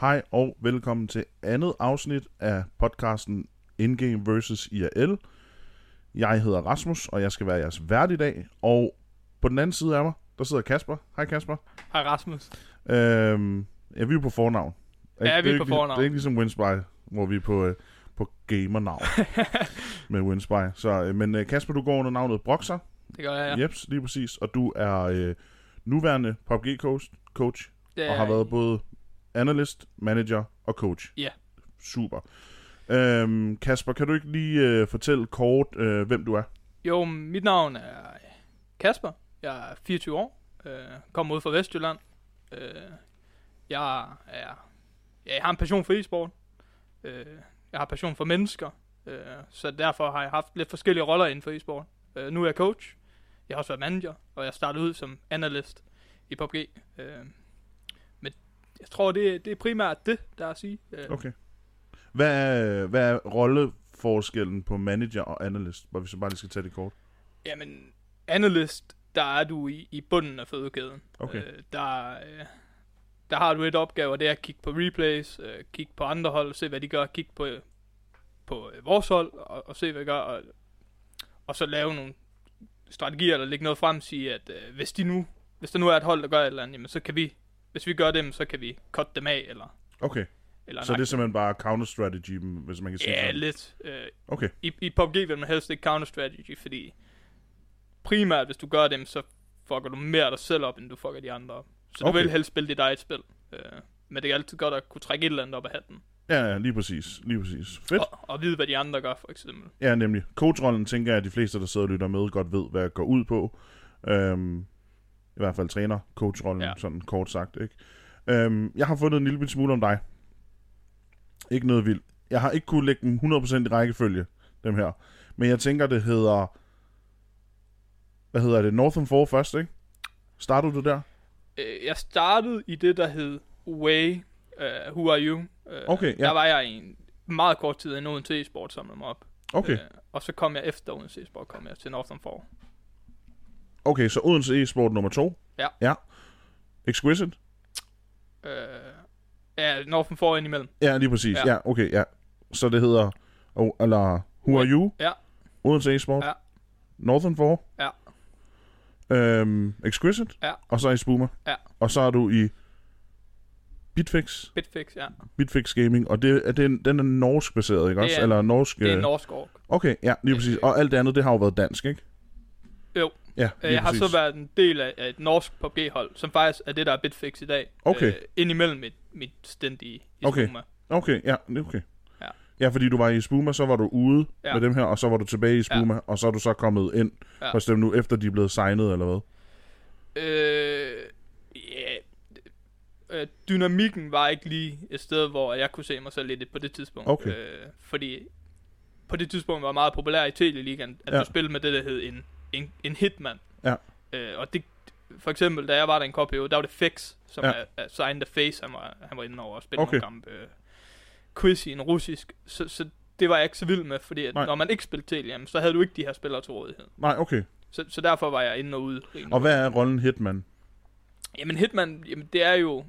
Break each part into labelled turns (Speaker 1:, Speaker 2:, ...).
Speaker 1: Hej og velkommen til andet afsnit af podcasten Indgame vs. IRL. Jeg hedder Rasmus, og jeg skal være jeres vært i dag. Og på den anden side af mig, der sidder Kasper. Hej Kasper.
Speaker 2: Hej Rasmus.
Speaker 1: Øhm, ja, vi er på fornavn.
Speaker 2: Ja, vi er
Speaker 1: Det
Speaker 2: på
Speaker 1: ikke,
Speaker 2: fornavn.
Speaker 1: Det er ikke ligesom Winspy, hvor vi er på, øh, på gamernavn med Winspy. Så, øh, men øh, Kasper, du går under navnet Broxer.
Speaker 2: Det gør jeg,
Speaker 1: Ja. Jeps, lige præcis. Og du er øh, nuværende PUBG coach, coach
Speaker 2: Det er
Speaker 1: og har
Speaker 2: jeg.
Speaker 1: været både analyst, manager og coach.
Speaker 2: Øh. Ja.
Speaker 1: Super. Øhm, Kasper, kan du ikke lige øh, fortælle kort, øh, hvem du er?
Speaker 2: Jo, mit navn er Kasper. Jeg er 24 år. Øh, kommer ud fra Vestjylland. Øh, jeg er... Ja, jeg har en passion for e-sport. Øh, jeg har passion for mennesker. Øh, så derfor har jeg haft lidt forskellige roller inden for e-sport. Øh, nu er jeg coach. Jeg har også været manager. Og jeg startede ud som analyst i PUBG. Øh, men jeg tror, det, det er primært det, der er at sige. Øh,
Speaker 1: Okay. Hvad er, øh, hvad er rolleforskellen på manager og analyst? Hvor vi så bare lige skal tage det kort.
Speaker 2: Jamen, analyst, der er du i, i bunden af fødekæden.
Speaker 1: Okay.
Speaker 2: Øh, der, øh, der har du et opgave, og det er at kigge på replays, øh, kigge på andre hold, se hvad de gør, kigge på, øh, på øh, vores hold, og, og se hvad de gør, og, og så lave nogle strategier, eller lægge noget frem, sige, at øh, hvis, de nu, hvis der nu er et hold, der gør et eller andet, jamen, så kan vi, hvis vi gør dem, så kan vi cut dem af, eller,
Speaker 1: Okay,
Speaker 2: eller
Speaker 1: så det er simpelthen bare counter-strategy, hvis man kan sige
Speaker 2: Ja,
Speaker 1: sådan.
Speaker 2: lidt. Øh,
Speaker 1: Okay,
Speaker 2: i, I PUBG vil man helst ikke counter-strategy, fordi primært hvis du gør dem, så fucker du mere dig selv op, end du fucker de andre op. Så du
Speaker 1: Okay.
Speaker 2: vil helst spille dit eget spil. Øh, men det er altid godt at kunne trække et eller andet op af hatten.
Speaker 1: ja, ja, lige præcis. Lige præcis. Fedt.
Speaker 2: Og, og vide, hvad de andre gør, for eksempel.
Speaker 1: Ja, nemlig. Coachrollen tænker jeg, at de fleste, der sidder og lytter med, godt ved, hvad jeg går ud på. Øhm, I hvert fald træner coachrollen, ja.
Speaker 2: Ja.
Speaker 1: sådan kort sagt. Ikke? Øhm, jeg har fundet en lille bit smule om dig. Ikke noget vildt. Jeg har ikke kunne lægge dem 100% i rækkefølge, dem her. Men jeg tænker, det hedder... Hvad hedder det? Northern 4 først, ikke? Startede du der?
Speaker 2: Øh, jeg startede i det, der hed Way, øh, Who Are You? Øh,
Speaker 1: Okay, ja.
Speaker 2: Der var jeg i en meget kort tid, inden Odense e-sport samlede mig op.
Speaker 1: Okay,
Speaker 2: Øh, og så kom jeg efter Odense e-sport, kom jeg til Northern 4.
Speaker 1: okay så Odense e-sport nummer 2.
Speaker 2: Ja.
Speaker 1: ja. Exquisite?
Speaker 2: Øh, ja, Northern 4 indimellem.
Speaker 1: Ja, lige præcis. Ja.
Speaker 2: Ja.
Speaker 1: ja, okay, ja. Så det hedder... Oh, eller Who Are You?
Speaker 2: Ja.
Speaker 1: Odense E-Sport.
Speaker 2: Ja.
Speaker 1: Northern 4.
Speaker 2: Ja.
Speaker 1: Øhm, Exquisite.
Speaker 2: Ja.
Speaker 1: Og så i Spuma.
Speaker 2: Ja.
Speaker 1: Og så er du i Bitfix.
Speaker 2: Bitfix, ja.
Speaker 1: Bitfix Gaming. Og det, er, den, den er norsk baseret, ikke
Speaker 2: Det
Speaker 1: også?
Speaker 2: er-
Speaker 1: eller norsk...
Speaker 2: Det er
Speaker 1: øh,
Speaker 2: en norsk ork.
Speaker 1: Okay, ja, lige præcis. Og alt det andet, det har jo været dansk, ikke?
Speaker 2: Jo.
Speaker 1: Ja,
Speaker 2: Øh,
Speaker 1: lige
Speaker 2: Jeg har
Speaker 1: præcis.
Speaker 2: så været en del af, af et norsk PUBG-hold, som faktisk er det, der er Bitfix i dag.
Speaker 1: Okay.
Speaker 2: Øh, indimellem mit, mit stint i, i
Speaker 1: Okay.
Speaker 2: Suma.
Speaker 1: Okay, ja, det er okay.
Speaker 2: Ja.
Speaker 1: ja, fordi du var i Spuma, så var du ude ja.
Speaker 2: Ja.
Speaker 1: med dem her, og så var du tilbage i Spuma, ja. og så er du så kommet ind ja.
Speaker 2: Ja.
Speaker 1: hos dem nu, efter de er blevet signet, eller hvad?
Speaker 2: Øh, ja, øh, dynamikken var ikke lige et sted, hvor jeg kunne se mig selv lidt på det tidspunkt.
Speaker 1: Okay.
Speaker 2: Øh, fordi på det tidspunkt var det meget populær i Teleligaen, at
Speaker 1: Ja.
Speaker 2: ja. du spillede med det, der hed en, en, en hitman.
Speaker 1: Ja.
Speaker 2: Øh, og det, for eksempel, da jeg var der i en kort periode, der var det Fix, som
Speaker 1: Ja.
Speaker 2: ja. er, er signet af Face, han var, han var inde over og spille
Speaker 1: Okay.
Speaker 2: nogle kampe. Øh, quiz i en russisk, så, så det var jeg ikke så vild med, fordi at
Speaker 1: Nej.
Speaker 2: når man ikke spillede Telia, så havde du ikke de her spillere til rådighed.
Speaker 1: Nej, okay.
Speaker 2: Så, så derfor var jeg inde og ude. rimelig
Speaker 1: Og hvad er rollen Hitman?
Speaker 2: Jamen Hitman, jamen, det er jo...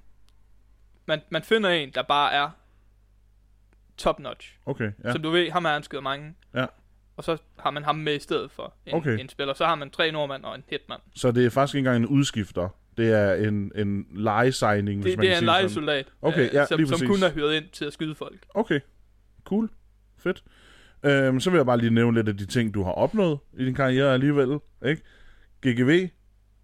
Speaker 2: Man, man finder en, der bare er top-notch.
Speaker 1: Okay, ja.
Speaker 2: Ja. Som du ved, ham er han skyder mange.
Speaker 1: Ja.
Speaker 2: Og så har man ham med i stedet for en,
Speaker 1: Okay.
Speaker 2: okay. en spiller. Så har man tre nordmænd og en hitman.
Speaker 1: Så det er faktisk ikke engang en udskifter. Det er en, en lejesigning, hvis
Speaker 2: Det,
Speaker 1: man
Speaker 2: det
Speaker 1: kan
Speaker 2: er en
Speaker 1: sige det sådan.
Speaker 2: lejesoldat,
Speaker 1: Okay, ja,
Speaker 2: som,
Speaker 1: lige
Speaker 2: som
Speaker 1: præcis.
Speaker 2: kun er hyret ind til at skyde folk.
Speaker 1: Okay, cool. Fedt. Øhm, så vil jeg bare lige nævne lidt af de ting, du har opnået i din karriere alligevel. Ikke? GGV, der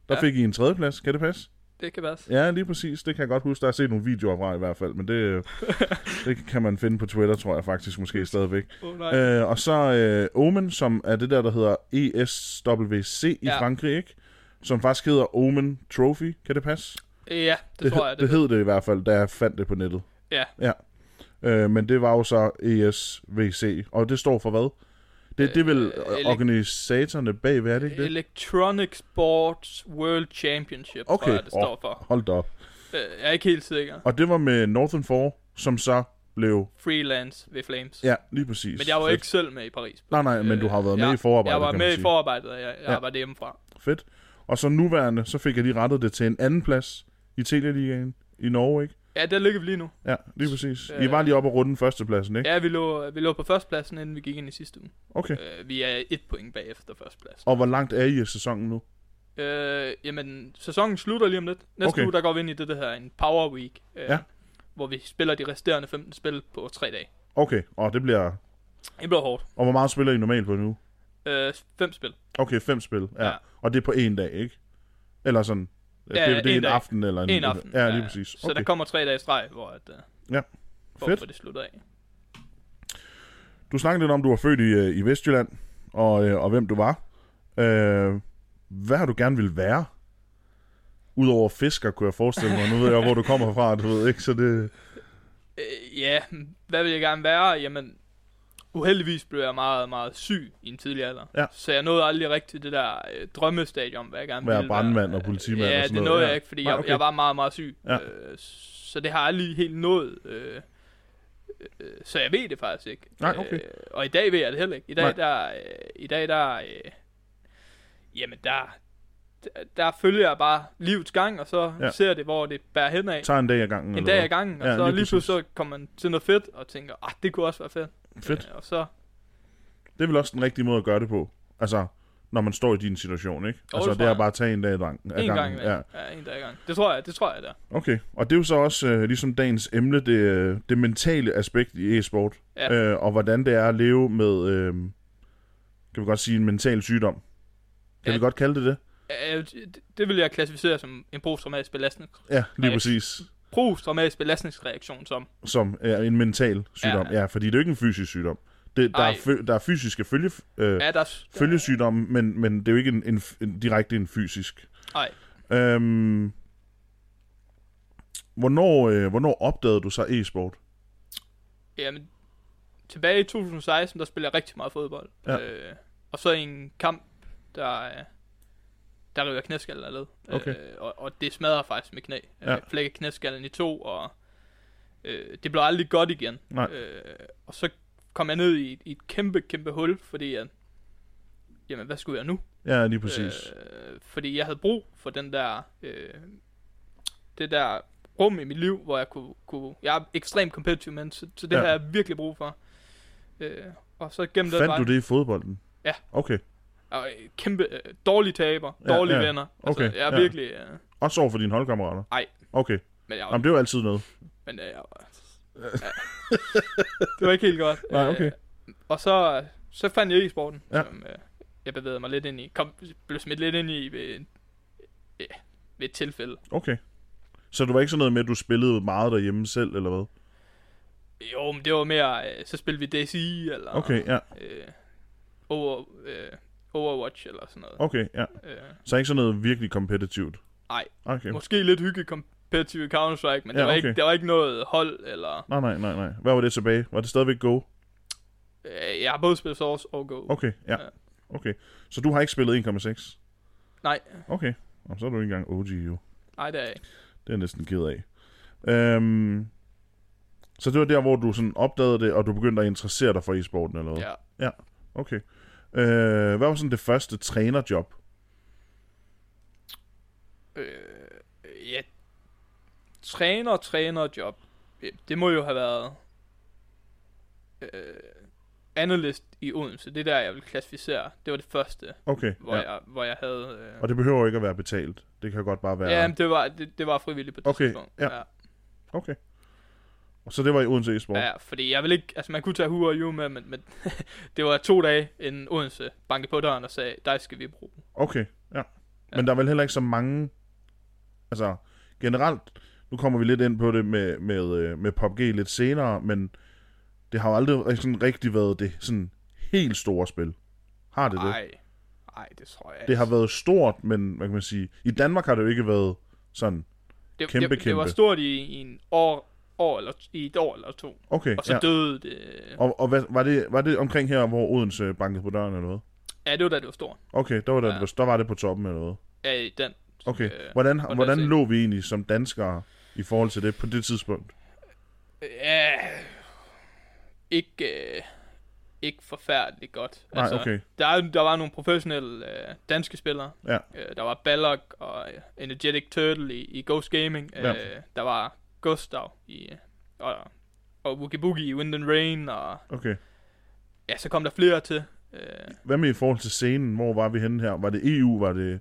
Speaker 2: Ja.
Speaker 1: ja. fik I en tredjeplads. Kan det passe?
Speaker 2: Det kan være.
Speaker 1: Ja, lige præcis. Det kan jeg godt huske. Der har jeg set nogle videoer fra i hvert fald, men det, øh, det kan man finde på Twitter, tror jeg faktisk måske stadigvæk.
Speaker 2: Oh, nej. Øh,
Speaker 1: Øh, og så øh, Omen, som er det der, der hedder E ESWC i ja.
Speaker 2: Ja.
Speaker 1: Frankrig, ikke? Som faktisk hedder Omen Trophy. Kan det passe?
Speaker 2: ja, det, det tror jeg.
Speaker 1: det, det hed det i hvert fald, da jeg fandt det på nettet.
Speaker 2: Ja.
Speaker 1: ja. Øh, men det var jo så E ESVC, og det står for hvad? Det, det er vel
Speaker 2: Øh,
Speaker 1: øh,
Speaker 2: elek-
Speaker 1: organisatorerne bag, hvad er det ikke det?
Speaker 2: Electronic Sports World Championship,
Speaker 1: Okay.
Speaker 2: tror jeg, det
Speaker 1: Åh.
Speaker 2: står for.
Speaker 1: Hold da op.
Speaker 2: Øh, jeg er ikke helt sikker.
Speaker 1: Og det var med Northern 4, som så blev...
Speaker 2: Freelance ved Flames.
Speaker 1: Ja, lige præcis.
Speaker 2: Men jeg var
Speaker 1: Fedt.
Speaker 2: ikke selv med i Paris.
Speaker 1: Nej, nej, men du har været med
Speaker 2: jeg,
Speaker 1: i forarbejdet,
Speaker 2: Jeg var
Speaker 1: kan man
Speaker 2: med i
Speaker 1: sige.
Speaker 2: forarbejdet, og jeg, jeg
Speaker 1: Ja.
Speaker 2: ja. var hjemmefra.
Speaker 1: Fedt. Og så nuværende, så fik jeg lige rettet det til en anden plads i Telia Ligaen i Norge, ikke?
Speaker 2: Ja, der ligger vi lige nu.
Speaker 1: Ja, lige præcis. I
Speaker 2: Øh.
Speaker 1: var lige oppe og runde førstepladsen, ikke?
Speaker 2: Ja, vi lå, vi lå på førstepladsen, inden vi gik ind i sidste uge.
Speaker 1: Okay.
Speaker 2: Øh, vi er et point bagefter førstepladsen.
Speaker 1: Og hvor langt er I i sæsonen nu?
Speaker 2: Øh, jamen, sæsonen slutter lige om lidt. Næste
Speaker 1: Okay.
Speaker 2: okay. uge, der går vi ind i det, der hedder en Power Week. Øh,
Speaker 1: Ja.
Speaker 2: Hvor vi spiller de resterende 15 spil på tre dage.
Speaker 1: Okay, og det bliver...
Speaker 2: Det bliver hårdt.
Speaker 1: Og hvor meget spiller I normalt på nu?
Speaker 2: Øh, fem spil.
Speaker 1: Okay, fem spil. Ja. ja.
Speaker 2: Ja.
Speaker 1: Og det er på én dag, ikke? Eller sådan...
Speaker 2: Ja,
Speaker 1: det, det er
Speaker 2: én
Speaker 1: en
Speaker 2: dag.
Speaker 1: aften eller en...
Speaker 2: En aften.
Speaker 1: Ja, lige præcis.
Speaker 2: Så der
Speaker 1: Okay.
Speaker 2: kommer tre dage i streg, hvor, at, øh, hvor,
Speaker 1: Fedt.
Speaker 2: hvor det slutter af.
Speaker 1: Du snakkede lidt om, du var født i, øh, i Vestjylland, og, øh, og hvem du var. Øh, hvad har du gerne vil være? Udover fisker, kunne jeg forestille mig. Nu ved jeg, hvor du kommer fra, du ved ikke, så det...
Speaker 2: Øh, ja, hvad vil jeg gerne være? Jamen, uheldigvis blev jeg meget, meget syg i en tidlig alder.
Speaker 1: Ja.
Speaker 2: Så jeg nåede aldrig rigtig det der øh, drømmestadie om, hvad jeg gerne
Speaker 1: Være
Speaker 2: ville
Speaker 1: brandmand og
Speaker 2: Øh,
Speaker 1: politimand
Speaker 2: Ja,
Speaker 1: og sådan
Speaker 2: det
Speaker 1: noget.
Speaker 2: nåede
Speaker 1: Ja.
Speaker 2: jeg ikke, fordi
Speaker 1: Nej,
Speaker 2: jeg,
Speaker 1: okay.
Speaker 2: jeg var meget, meget syg.
Speaker 1: Ja.
Speaker 2: Øh, så det har jeg aldrig helt nået. Øh, øh, så jeg ved det faktisk ikke.
Speaker 1: Nej, okay.
Speaker 2: Øh, og i dag ved jeg det heller ikke. I dag,
Speaker 1: Nej.
Speaker 2: der... Øh, I dag, der øh, jamen, der... der- Der følger jeg bare livets gang, og så
Speaker 1: Ja.
Speaker 2: ja. ser det, hvor det bærer hen af.
Speaker 1: Tag en dag ad gangen.
Speaker 2: En
Speaker 1: eller
Speaker 2: dag
Speaker 1: hvad?
Speaker 2: ad gangen, og
Speaker 1: Ja,
Speaker 2: ja, så
Speaker 1: lige
Speaker 2: lige, lige pludselig så kommer man til noget fedt, og tænker, ah, det kunne også være fedt.
Speaker 1: Fedt.
Speaker 2: Øh, og så,
Speaker 1: Det er vel også den rigtige måde at gøre det på. Altså, når man står i din situation, ikke?
Speaker 2: Jo,
Speaker 1: altså,
Speaker 2: det
Speaker 1: det er
Speaker 2: tror jeg.
Speaker 1: bare at tage en dag ad gang. ad
Speaker 2: en gang
Speaker 1: gangen.
Speaker 2: imellem. Ja. ja. en dag ad gangen. Det tror jeg, det tror jeg, der.
Speaker 1: Okay, og det er jo så også øh, ligesom dagens emne, det, øh, det mentale aspekt i e-sport.
Speaker 2: Ja.
Speaker 1: Øh, og hvordan det er at leve med, øh, kan vi godt sige, en mental sygdom. Kan
Speaker 2: Ja.
Speaker 1: vi godt kalde det det?
Speaker 2: Øh, det- det vil jeg klassificere som en posttraumatisk belastning.
Speaker 1: Ja, lige
Speaker 2: Nej.
Speaker 1: præcis.
Speaker 2: Posttraumatisk belastningsreaktion som.
Speaker 1: Som er en mental sygdom. Ja,
Speaker 2: Ja.
Speaker 1: ja fordi det er jo ikke en fysisk sygdom. Det, der, er
Speaker 2: Ej.
Speaker 1: fø- der er fysiske følge, øh,
Speaker 2: Ja, der, er-
Speaker 1: følgesygdomme, men, men det er jo ikke en, en, en, direkte en fysisk.
Speaker 2: Nej.
Speaker 1: Øhm, hvornår, øh, hvornår opdagede du så e-sport?
Speaker 2: Jamen, tilbage i 2016, der spillede jeg rigtig meget fodbold.
Speaker 1: Ja.
Speaker 2: Øh, og så i en kamp, der, øh, der river jeg knæskallen af led.
Speaker 1: Okay.
Speaker 2: Øh, og, og det smadrer faktisk med knæ.
Speaker 1: Ja.
Speaker 2: Ja. Jeg flækker knæskallen i to, og øh, det blev aldrig godt igen.
Speaker 1: Nej.
Speaker 2: Øh, og så kom jeg ned i, et- i et kæmpe, kæmpe hul, fordi at, jamen, hvad skulle jeg nu?
Speaker 1: Ja, lige præcis. Øh,
Speaker 2: Øh, fordi jeg havde brug for den der, øh, det der rum i mit liv, hvor jeg kunne, kunne jeg er ekstremt kompetitiv, men så, så det
Speaker 1: Ja.
Speaker 2: ja. har jeg virkelig brug for. Øh, og så gennem den
Speaker 1: Fandt
Speaker 2: vej,
Speaker 1: du det i fodbolden?
Speaker 2: Ja.
Speaker 1: Okay.
Speaker 2: Og, øh, kæmpe, øh, dårlige taber,
Speaker 1: Ja,
Speaker 2: dårlige
Speaker 1: ja.
Speaker 2: venner.
Speaker 1: Okay,
Speaker 2: altså, jeg er
Speaker 1: ja.
Speaker 2: virkelig, øh,
Speaker 1: Også over for dine holdkammerater?
Speaker 2: Ej.
Speaker 1: Okay.
Speaker 2: men jeg,
Speaker 1: Jamen, det er jo altid noget.
Speaker 2: men øh, jeg var, ja. det var ikke helt godt.
Speaker 1: Nej, okay.
Speaker 2: Øh, og så, så fandt jeg e-sporten,
Speaker 1: Ja.
Speaker 2: ja. som øh, jeg bevægede mig lidt ind i, kom, blev smidt lidt ind i ved, ja, ved et tilfælde.
Speaker 1: Okay. Så du var ikke sådan noget med, at du spillede meget derhjemme selv, eller hvad?
Speaker 2: Jo, men det var mere, øh, så spillede vi DSI, eller
Speaker 1: Okay, ja.
Speaker 2: øh, over, øh, Overwatch, eller sådan noget.
Speaker 1: Okay, ja.
Speaker 2: Øh,
Speaker 1: Så ikke sådan noget virkelig kompetitivt?
Speaker 2: Nej.
Speaker 1: Okay.
Speaker 2: Øh, måske lidt hygge competitive Counter-Strike,
Speaker 1: Ja,
Speaker 2: men ja, der, var
Speaker 1: okay.
Speaker 2: ikke, der var ikke noget hold, eller...
Speaker 1: Nej, nej, nej, nej. Hvad var det tilbage? Var det stadigvæk Go?
Speaker 2: Øh, jeg har både spillet Source og Go.
Speaker 1: Okay, ja.
Speaker 2: Ja.
Speaker 1: Okay. Så du har ikke spillet 1,6?
Speaker 2: Nej.
Speaker 1: Okay. Jamen, så er du ikke engang OG, jo.
Speaker 2: Nej, det er jeg ikke.
Speaker 1: Det er jeg næsten ked af. Øhm, så det var der, hvor du sådan opdagede det, og du begyndte at interessere dig for e-sporten, eller hvad?
Speaker 2: Ja.
Speaker 1: Okay. Øh, hvad var sådan det første trænerjob?
Speaker 2: Øh, ja. Træner, træner, job. Ja, Det må jo have været... Øh, analyst i Odense. Det er der, jeg vil klassificere. Det var det første,
Speaker 1: Okay,
Speaker 2: hvor,
Speaker 1: ja.
Speaker 2: jeg, hvor jeg havde... Øh,
Speaker 1: Og det behøver jo ikke at være betalt. Det kan godt bare være...
Speaker 2: Ja, men det var, det, det var frivilligt på det
Speaker 1: Okay,
Speaker 2: tidspunkt.
Speaker 1: ja. Okay. Og så det var i Odense e-sport?
Speaker 2: ja. fordi jeg vil ikke, altså man kunne tage Hu og Yu med, men, men det var to dage inden Odense bankede på døren og sagde, dig skal vi bruge.
Speaker 1: Okay, ja. Men
Speaker 2: Ja.
Speaker 1: der er vel heller ikke så mange... Altså, generelt... Nu kommer vi lidt ind på det med, med, øh, med PUBG lidt senere, men det har jo aldrig sådan rigtig været det sådan helt store spil. Har det det?
Speaker 2: Nej, nej, det tror jeg
Speaker 1: Det har
Speaker 2: ikke.
Speaker 1: været stort, men hvad kan man sige... I Danmark har det jo ikke været sådan...
Speaker 2: det,
Speaker 1: kæmpe,
Speaker 2: det, det var
Speaker 1: kæmpe.
Speaker 2: stort i, i en år, år eller, i et år eller to,
Speaker 1: Okay,
Speaker 2: og så
Speaker 1: ja.
Speaker 2: ja. døde det.
Speaker 1: Og, og hvad, var, det, var det omkring her, hvor Odense bankede på døren eller noget?
Speaker 2: Ja, det var da det var stort.
Speaker 1: Okay, der var, der,
Speaker 2: Ja.
Speaker 1: ja. der var det på toppen eller noget?
Speaker 2: Ja, i den.
Speaker 1: Okay,
Speaker 2: Øh,
Speaker 1: hvordan,
Speaker 2: og
Speaker 1: hvordan
Speaker 2: der er-
Speaker 1: lå vi egentlig som danskere i forhold til det på det tidspunkt?
Speaker 2: Ja, ikke, øh, ikke forfærdeligt godt. Altså,
Speaker 1: Nej, okay.
Speaker 2: Der, er- der var nogle professionelle øh, danske spillere.
Speaker 1: Ja.
Speaker 2: Øh, der var Balog og øh, Energetic Turtle i, i Ghost Gaming. Øh,
Speaker 1: Ja.
Speaker 2: Der var Gustav i, øh, og, og Woogie Boogie i Wind and Rain, og
Speaker 1: Okay.
Speaker 2: ja, så kom der flere til. Øh,
Speaker 1: Hvad med i forhold til scenen? Hvor var vi henne her? Var det EU? Var det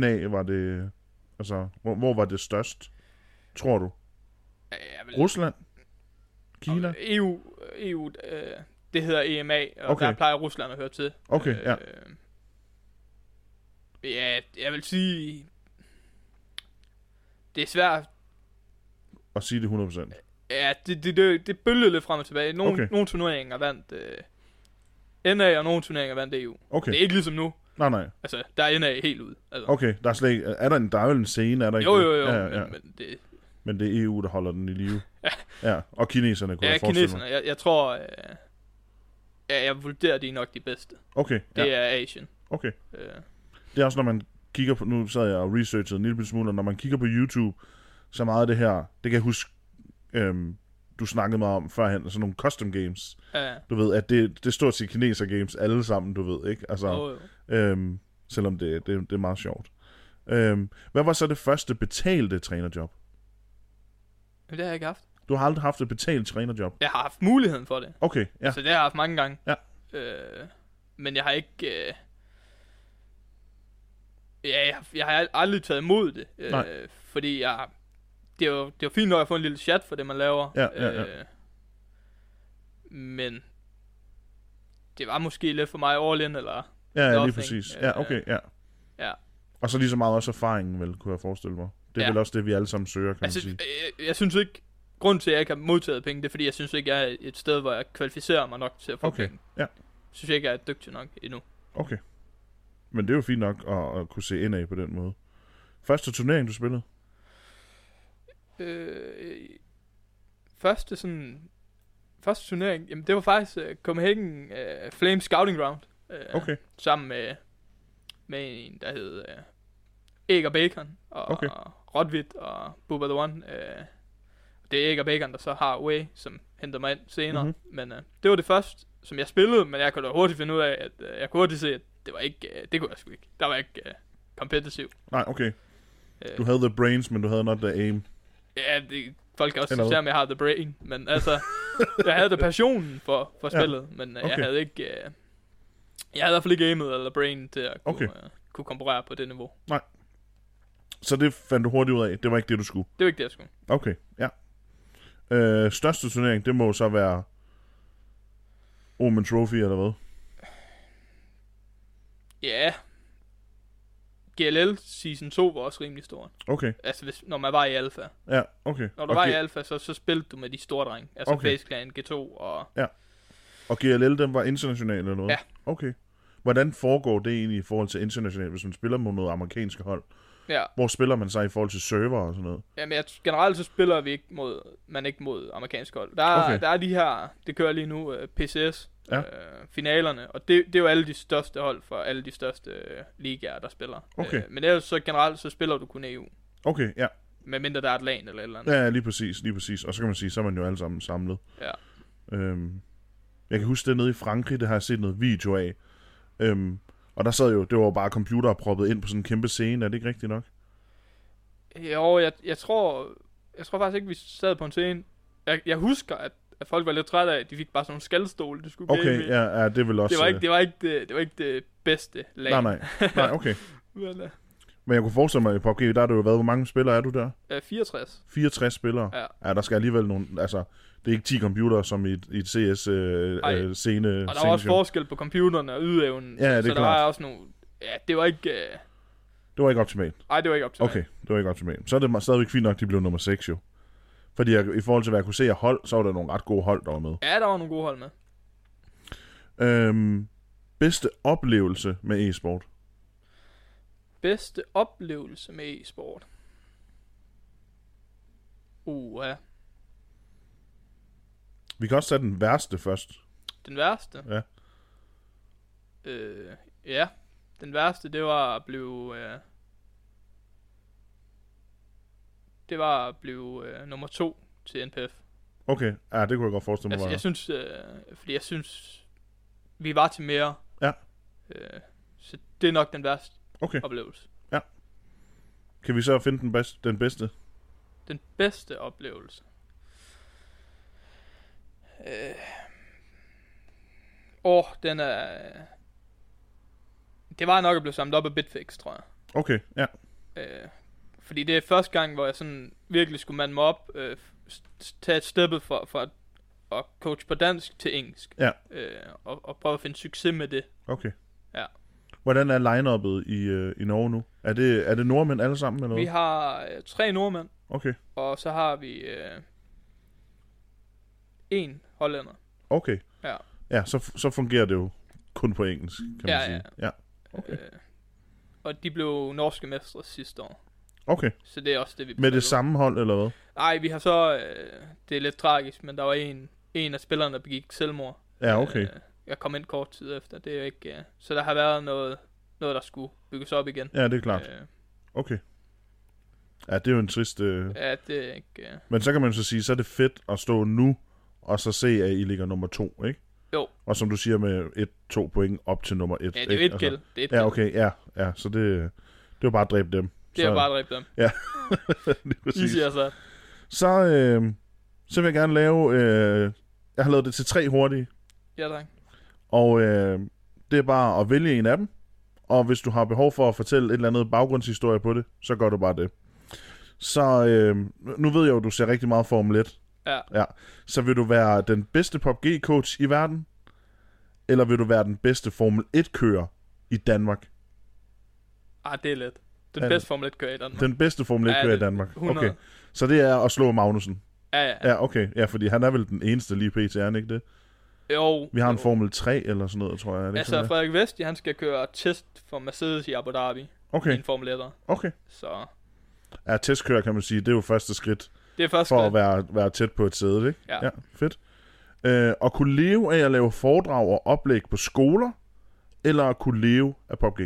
Speaker 1: NA? Var det... Altså, hvor, hvor var det størst? Tror du?
Speaker 2: jeg vil, E
Speaker 1: Rusland? Kina?
Speaker 2: EU, EU øh, det hedder EMA, og
Speaker 1: Okay.
Speaker 2: okay. der plejer Rusland at høre til. Øh,
Speaker 1: Okay, ja.
Speaker 2: Ja, jeg vil sige, det er svært,
Speaker 1: Og sige det 100%.
Speaker 2: ja, det, det, det, det bølgede lidt frem og tilbage. Nogle,
Speaker 1: Okay.
Speaker 2: okay. nogle turneringer vandt øh, NA, og nogle turneringer vandt EU. Okay.
Speaker 1: Okay.
Speaker 2: Det er ikke ligesom nu.
Speaker 1: Nej, nej.
Speaker 2: Altså, der er NA helt ude. Altså,
Speaker 1: Okay, der er slet ikke... Er der en, der er vel en scene? Er der ikke
Speaker 2: Jo,
Speaker 1: det?
Speaker 2: jo, jo,
Speaker 1: Ja, ja, ja.
Speaker 2: Men, men det,
Speaker 1: Men det er EU, der holder den i live. ja. Og kineserne, kunne
Speaker 2: ja,
Speaker 1: jeg forestille mig.
Speaker 2: kineserne, jeg, jeg tror, øh, ja, jeg vurderer, de er nok de bedste.
Speaker 1: Okay, ja.
Speaker 2: Det er Asien.
Speaker 1: okay.
Speaker 2: Øh,
Speaker 1: Det er også, når man kigger på... Nu sad jeg og researchede en lille bitte smule, og når man kigger på YouTube, så meget af det her... Det kan jeg huske, øhm, du snakkede meget om førhen, sådan nogle custom games.
Speaker 2: ja,
Speaker 1: Du ved, at det, det er stort set kineser games alle sammen, du ved, ikke? Altså,
Speaker 2: jo, jo.
Speaker 1: øhm, selvom det, det, det er meget sjovt. Øhm, hvad var så det første betalte trænerjob?
Speaker 2: Men det har jeg ikke haft.
Speaker 1: Du har aldrig haft et betalt trænerjob.
Speaker 2: Jeg har haft muligheden for det.
Speaker 1: Okay, ja.
Speaker 2: Ja. Så det har jeg haft mange gange.
Speaker 1: Ja.
Speaker 2: Øh, men jeg har ikke... Øh, ja, jeg, har- jeg har aldrig taget imod det. Øh,
Speaker 1: Nej.
Speaker 2: Fordi jeg... Det er, jo, det er jo fint nok at få en lille chat for det, man laver.
Speaker 1: Ja, ja, ja.
Speaker 2: Øh, men... Det var måske lidt for mig all in, eller...
Speaker 1: Ja, ja lige
Speaker 2: Nothing.
Speaker 1: præcis.
Speaker 2: Øh,
Speaker 1: Ja, okay, ja.
Speaker 2: ja.
Speaker 1: Og så lige så meget også erfaringen, vel, kunne jeg forestille mig. Det er ja.
Speaker 2: Ja.
Speaker 1: vel også det, vi alle sammen søger, kan
Speaker 2: Altså,
Speaker 1: man sige.
Speaker 2: jeg, jeg synes ikke... Grunden til, at jeg ikke har modtaget penge, det er, fordi jeg synes ikke, jeg er et sted, hvor jeg kvalificerer mig nok til at få
Speaker 1: Okay,
Speaker 2: penge.
Speaker 1: ja.
Speaker 2: Synes jeg ikke, jeg er dygtig nok endnu.
Speaker 1: Okay. Men det er jo fint nok at, at kunne se ind af på den måde. Første turnering, du spillede?
Speaker 2: øh, første sådan første turnering, jamen det var faktisk øh, Copenhagen øh, Flame Scouting Round øh,
Speaker 1: Okay,
Speaker 2: sammen med med en der hed øh, Æg og Bacon og
Speaker 1: Okay.
Speaker 2: okay. Rodvit og Bubba the One. Øh, det er Æg og Bacon der så har Way som henter mig ind senere,
Speaker 1: Mhm.
Speaker 2: mm-hmm. men øh, det var det første som jeg spillede, men jeg kunne da hurtigt finde ud af at øh, jeg kunne hurtigt se at det var ikke øh, det kunne jeg sgu ikke. Der var ikke øh, kompetitiv.
Speaker 1: nej, okay.
Speaker 2: Øh,
Speaker 1: Du havde the brains, men du havde not the aim.
Speaker 2: Ja, det, folk kan også
Speaker 1: Eller hvad?
Speaker 2: sige, at jeg har the brain, men altså, jeg havde da passionen for, for
Speaker 1: Ja.
Speaker 2: spillet, ja. men uh,
Speaker 1: Okay.
Speaker 2: jeg havde ikke, uh, jeg havde i hvert fald ikke gamet eller brain til at kunne,
Speaker 1: Okay.
Speaker 2: uh, kunne konkurrere på det niveau.
Speaker 1: Så det fandt du hurtigt ud af, det var ikke det, du skulle.
Speaker 2: Det var ikke det, jeg skulle.
Speaker 1: Okay, ja. Øh, største turnering, det må så være Omen Trophy, eller hvad?
Speaker 2: Ja, GLL Season 2 var også rimelig stor.
Speaker 1: Okay,
Speaker 2: Altså, hvis, når man var i alfa.
Speaker 1: ja, okay.
Speaker 2: Når du
Speaker 1: Og
Speaker 2: var i
Speaker 1: G-
Speaker 2: alfa, så, så spillede du med de store drenge. Altså
Speaker 1: Okay.
Speaker 2: okay. Face Clan, G2 og...
Speaker 1: Og GLL, den var international eller noget?
Speaker 2: Ja.
Speaker 1: Okay. Hvordan foregår det egentlig i forhold til internationalt, hvis man spiller mod noget amerikanske hold?
Speaker 2: Ja,
Speaker 1: Hvor spiller man sig i forhold til server og sådan noget?
Speaker 2: Jamen, jeg, generelt så spiller vi ikke mod, man ikke mod amerikansk hold. Der, er,
Speaker 1: Okay.
Speaker 2: okay. der er de her, det kører lige nu, øh, PCS,
Speaker 1: Ja.
Speaker 2: øh, finalerne, og det, det er jo alle de største hold for alle de største øh, ligaer, der spiller.
Speaker 1: Okay.
Speaker 2: Øh, men ellers så generelt, så spiller du kun EU,
Speaker 1: Okay, ja.
Speaker 2: medmindre der er et land eller et eller andet.
Speaker 1: Ja, ja, lige præcis, lige præcis. Og så kan man sige, så er man jo alle sammen samlet.
Speaker 2: Ja.
Speaker 1: Øhm, jeg kan huske det nede i Frankrig, det har jeg set noget video af. Øhm, og der sad jo, det var jo bare computer proppet ind på sådan en kæmpe scene, er det ikke rigtigt nok?
Speaker 2: Ja. Jo, jeg, jeg tror jeg tror faktisk ikke, vi sad på en scene. Jeg, jeg husker, at, at folk var lidt trætte af, at de fik bare sådan nogle skaldstole, de skulle game
Speaker 1: Okay,
Speaker 2: i.
Speaker 1: ja, ja det er vel også...
Speaker 2: Det var,
Speaker 1: øh,
Speaker 2: ikke, det, var ikke det, det var ikke det bedste lag.
Speaker 1: Nej, nej, nej, okay.
Speaker 2: Men, øh,
Speaker 1: Men jeg kunne forestille mig, at i PUBG, der har du jo været, hvor mange spillere er du der?
Speaker 2: øh, 64.
Speaker 1: 64 spillere.
Speaker 2: Ja.
Speaker 1: ja der skal alligevel nogle... Altså, det er ikke 10 computere, som i et, i et CS øh,
Speaker 2: Ej.
Speaker 1: øh, scene.
Speaker 2: Og der var også
Speaker 1: sceneshow.
Speaker 2: forskel på computeren og ydeevnen.
Speaker 1: Ja, det er
Speaker 2: så der
Speaker 1: klart.
Speaker 2: var også nogle... Ja, det var ikke... Øh...
Speaker 1: Det var ikke optimalt.
Speaker 2: Ej, det var ikke op til
Speaker 1: Okay, det var ikke optimalt. Så er det ma- stadigvæk fint nok, at de blev nummer 6 jo. Fordi jeg, i forhold til, hvad jeg kunne se af hold, så var der nogle ret gode hold, der var med.
Speaker 2: Ja, der var nogle gode hold med.
Speaker 1: Øhm, bedste oplevelse med e-sport?
Speaker 2: Bedste oplevelse med e-sport. Uh, ja.
Speaker 1: Vi kan også tage den værste først.
Speaker 2: Den værste?
Speaker 1: Ja.
Speaker 2: Øh, ja. Den værste, det var at blive... Øh... Det var at blive øh, nummer to til NPF.
Speaker 1: Okay, ja, det kunne jeg godt forestille mig.
Speaker 2: Altså,
Speaker 1: var-
Speaker 2: jeg synes, øh, fordi jeg synes, vi var til mere.
Speaker 1: Ja.
Speaker 2: Øh, så det er nok den værste
Speaker 1: Okay,
Speaker 2: oplevelse.
Speaker 1: kan vi så finde den, bedste, den bedste?
Speaker 2: Den bedste oplevelse. Øh. Åh, den er... Det var nok at blive samlet op af Bitfix, tror jeg.
Speaker 1: Okay, ja.
Speaker 2: Øh, fordi det er første gang, hvor jeg sådan virkelig skulle mande mig op, øh, s- s- tage et steppet fra, fra at coach på dansk til engelsk.
Speaker 1: Ja.
Speaker 2: Øh, og, og prøve at finde succes med det.
Speaker 1: Okay.
Speaker 2: Ja.
Speaker 1: Hvordan er line-uppet i, øh, i Norge nu? Er det, er det nordmænd alle sammen eller
Speaker 2: Vi
Speaker 1: noget?
Speaker 2: har øh, tre nordmænd,
Speaker 1: Okay,
Speaker 2: og så har vi øh, en hollænder.
Speaker 1: okay.
Speaker 2: Ja.
Speaker 1: Ja, så, f- så fungerer det jo kun på engelsk, kan
Speaker 2: Ja,
Speaker 1: man sige. Ja. Okay.
Speaker 2: Øh, og de blev norske mestre sidste år.
Speaker 1: okay.
Speaker 2: Så det er også det, vi
Speaker 1: Med
Speaker 2: beslutter.
Speaker 1: det samme hold, eller hvad?
Speaker 2: Nej, vi har så... Øh, det er lidt tragisk, men der var en, en af spillerne, der begik selvmord.
Speaker 1: Ja, okay.
Speaker 2: Øh, jeg kom ind kort tid efter. Det er jo ikke... Øh, så der har været noget, noget, der skulle bygges op igen.
Speaker 1: Ja, det er klart.
Speaker 2: Øh,
Speaker 1: Okay. Ja, det er jo en trist... Øh...
Speaker 2: ja, det er ikke... Øh,
Speaker 1: Men så kan man så sige, så er det fedt at stå nu, og så se, at I ligger nummer to, ikke?
Speaker 2: Jo.
Speaker 1: Og som du siger, med et, to point op til nummer et.
Speaker 2: ja, det er jo
Speaker 1: ikke?
Speaker 2: et gæld. Det er et
Speaker 1: altså. Ja,
Speaker 2: gæld.
Speaker 1: okay, ja, ja. Så det, det var bare at dræbe dem.
Speaker 2: Det
Speaker 1: så,
Speaker 2: er bare dræbt dem.
Speaker 1: lige præcis.
Speaker 2: Easy altså.
Speaker 1: Så, øh, så vil jeg gerne lave... Øh, jeg har lavet det til tre hurtige,
Speaker 2: Ja, dreng.
Speaker 1: og øh, det er bare at vælge en af dem. Og hvis du har behov for at fortælle et eller andet baggrundshistorie på det, så gør du bare det. Så øh, nu ved jeg jo, at du ser rigtig meget Formel 1.
Speaker 2: Ja.
Speaker 1: ja. Så vil du være den bedste PUBG-coach i verden? Eller vil du være den bedste Formel 1-kører i Danmark?
Speaker 2: Ah, det er let. Den
Speaker 1: Ja,
Speaker 2: bedste Formel 1 kører i Danmark.
Speaker 1: Den bedste Formel
Speaker 2: Ja,
Speaker 1: 1-kører i
Speaker 2: det-
Speaker 1: Danmark.
Speaker 2: 100.
Speaker 1: Okay. Så det er at slå Magnussen.
Speaker 2: Ja, ja.
Speaker 1: Ja, okay. Ja, fordi han er vel den eneste lige pt, er han ikke det?
Speaker 2: Jo.
Speaker 1: Vi har en
Speaker 2: jo.
Speaker 1: Formel 3 eller sådan noget, tror jeg. Er det ikke
Speaker 2: Altså,
Speaker 1: sådan,
Speaker 2: Frederik Vesti, han skal køre test for Mercedes i Abu Dhabi.
Speaker 1: det er?
Speaker 2: Okay. I
Speaker 1: Okay,
Speaker 2: en Formel 1'er.
Speaker 1: okay.
Speaker 2: Så
Speaker 1: Ja, testkører kan man sige, det er jo første skridt
Speaker 2: det er første
Speaker 1: for at
Speaker 2: skridt.
Speaker 1: være, være tæt på et sæde, ikke?
Speaker 2: Ja.
Speaker 1: ja fedt. Øh, og kunne leve af at lave foredrag og oplæg på skoler, eller at kunne leve af PUBG?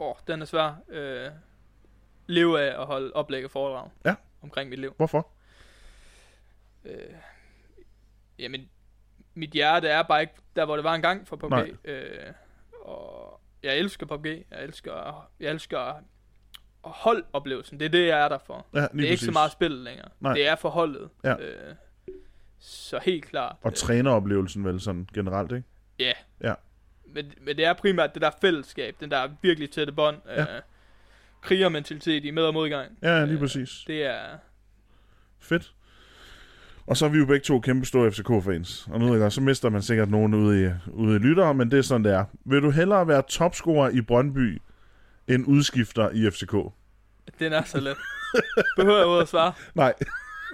Speaker 2: Åh, oh, den er svær. Øh, leve af at holde oplæg og foredrag.
Speaker 1: Ja.
Speaker 2: Omkring mit liv.
Speaker 1: Hvorfor?
Speaker 2: Øh, jamen, mit hjerte er bare ikke der, hvor det var engang for
Speaker 1: Nej.
Speaker 2: PUBG. Øh, og jeg elsker PUBG. Jeg elsker, jeg elsker holdoplevelsen. Det er det, jeg er der for.
Speaker 1: Ja, lige
Speaker 2: det er
Speaker 1: præcis.
Speaker 2: ikke så meget spillet længere.
Speaker 1: Nej.
Speaker 2: Det er for holdet.
Speaker 1: Ja.
Speaker 2: Øh, så helt klart.
Speaker 1: Og træneroplevelsen vel sådan generelt, ikke?
Speaker 2: Ja.
Speaker 1: Ja.
Speaker 2: Men, men det er primært det der fællesskab, den der virkelig tætte bånd,
Speaker 1: Ja.
Speaker 2: ja. øh, krigermentalitet i med- og modgang.
Speaker 1: Ja, lige
Speaker 2: Øh,
Speaker 1: præcis.
Speaker 2: Det er...
Speaker 1: Fedt. Og så er vi jo begge to kæmpe store FCK-fans. Og nu ved jeg godt, så mister man sikkert nogen ude i, ude i lyttere, men det er sådan, det er. Vil du hellere være topscorer i Brøndby, end udskifter i FCK?
Speaker 2: Den er så let. Behøver jeg overhovedet at svare?
Speaker 1: Nej,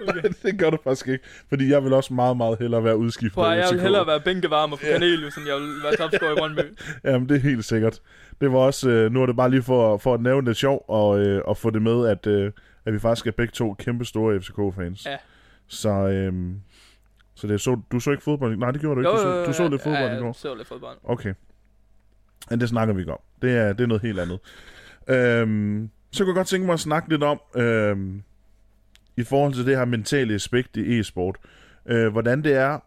Speaker 2: Okay.
Speaker 1: det gør du faktisk ikke. Fordi jeg vil også meget, meget hellere være udskifter
Speaker 2: Prøv at,
Speaker 1: i
Speaker 2: jeg
Speaker 1: FCK.
Speaker 2: vil hellere være bænkevarmer for Cornelius, end jeg vil være topscorer i Brøndby.
Speaker 1: Jamen, det er helt sikkert. Det var også, øh, nu er det bare lige for, for at nævne det sjov, og, øh, og få det med, at, øh, at vi faktisk er begge to kæmpe store FCK-fans.
Speaker 2: Ja.
Speaker 1: Så, øh, så det er så, du så ikke fodbold? i- Nej, det gjorde du ikke. du, så, du så lidt fodbold
Speaker 2: ja,
Speaker 1: i
Speaker 2: jeg
Speaker 1: går.
Speaker 2: så lidt fodbold.
Speaker 1: Okay. Men det snakker vi ikke om. Det er, det er noget helt andet. Øhm, så kunne jeg godt tænke mig at snakke lidt om, øhm, i forhold til det her mentale aspekt i e-sport, øh, hvordan det er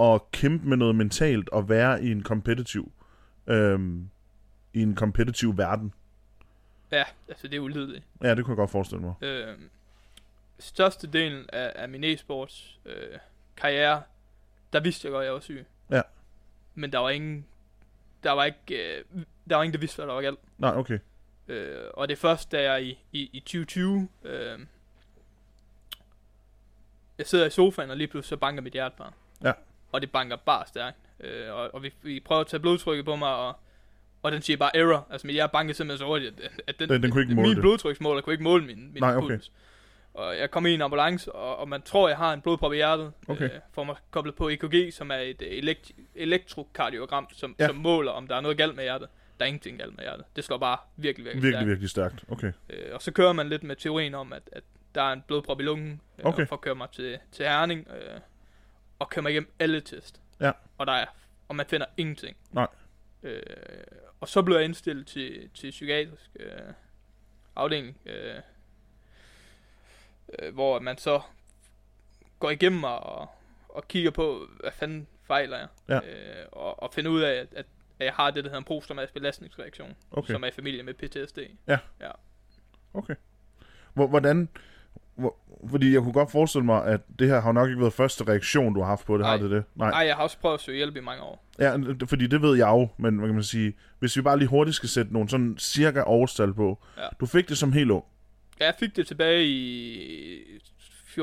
Speaker 1: at kæmpe med noget mentalt og være i en kompetitiv øhm, i en kompetitiv verden.
Speaker 2: Ja, altså det er ulideligt.
Speaker 1: Ja, det kunne jeg godt forestille mig.
Speaker 2: Øh, største delen af, af min e-sports øh, karriere, der vidste jeg godt, at jeg var syg.
Speaker 1: Ja.
Speaker 2: Men der var ingen, der var ikke, øh, der var ingen, der vidste, hvad der var galt.
Speaker 1: Nej, okay.
Speaker 2: Øh, og det er først, da jeg i, i, i 2020, øh, jeg sidder i sofaen, og lige pludselig så banker mit hjerte bare.
Speaker 1: Ja.
Speaker 2: Og det banker bare stærkt. Øh, og, og vi, vi prøver at tage blodtrykket på mig, og, og den siger bare error. Altså, mit hjerte bankede simpelthen så hurtigt, at, at den,
Speaker 1: Den- den kunne ikke
Speaker 2: at
Speaker 1: måle
Speaker 2: min
Speaker 1: det.
Speaker 2: blodtryksmåler kunne ikke måle min, min
Speaker 1: Nej, okay.
Speaker 2: puls. Og jeg kom i en ambulance, og, og man tror, jeg har en blodprop i hjertet.
Speaker 1: Okay.
Speaker 2: får mig koblet på EKG, som er et øh, elekt- elektrokardiogram, som,
Speaker 1: Ja.
Speaker 2: som måler, om der er noget galt med hjertet. Der er ingenting galt med hjertet. Det slår bare virkelig, virkelig,
Speaker 1: Virkelig,
Speaker 2: stærkt.
Speaker 1: virkelig stærkt. Okay.
Speaker 2: Øh, og så kører man lidt med teorien om, at, at der er en blodprop i lungen, øh,
Speaker 1: Okay.
Speaker 2: og får kører mig til, til Herning, øh, og kører mig igennem alle test.
Speaker 1: Ja.
Speaker 2: Og der er, og man finder ingenting.
Speaker 1: Nej.
Speaker 2: Øh, og så blev jeg indstillet til, til psykiatrisk øh, afdeling, øh, øh, hvor man så går igennem mig og, og kigger på, hvad fanden fejler jeg,
Speaker 1: Ja.
Speaker 2: øh, og, og finder ud af, at, at at jeg har det, der hedder en posttraumatisk belastningsreaktion,
Speaker 1: Okay.
Speaker 2: som er i familie med PTSD.
Speaker 1: Okay. Hvor, hvordan... Hvor, fordi jeg kunne godt forestille mig, at det her har jo nok ikke været første reaktion, du har haft på det, har
Speaker 2: Nej.
Speaker 1: det det? Nej.
Speaker 2: Nej, jeg har også prøvet at søge hjælp i mange år.
Speaker 1: Ja, det- fordi det ved jeg jo, men hvad kan man sige, hvis vi bare lige hurtigt skal sætte nogle sådan cirka årstal på.
Speaker 2: Ja.
Speaker 1: Du fik det som helt ung.
Speaker 2: Ja, jeg fik det tilbage i 14-15,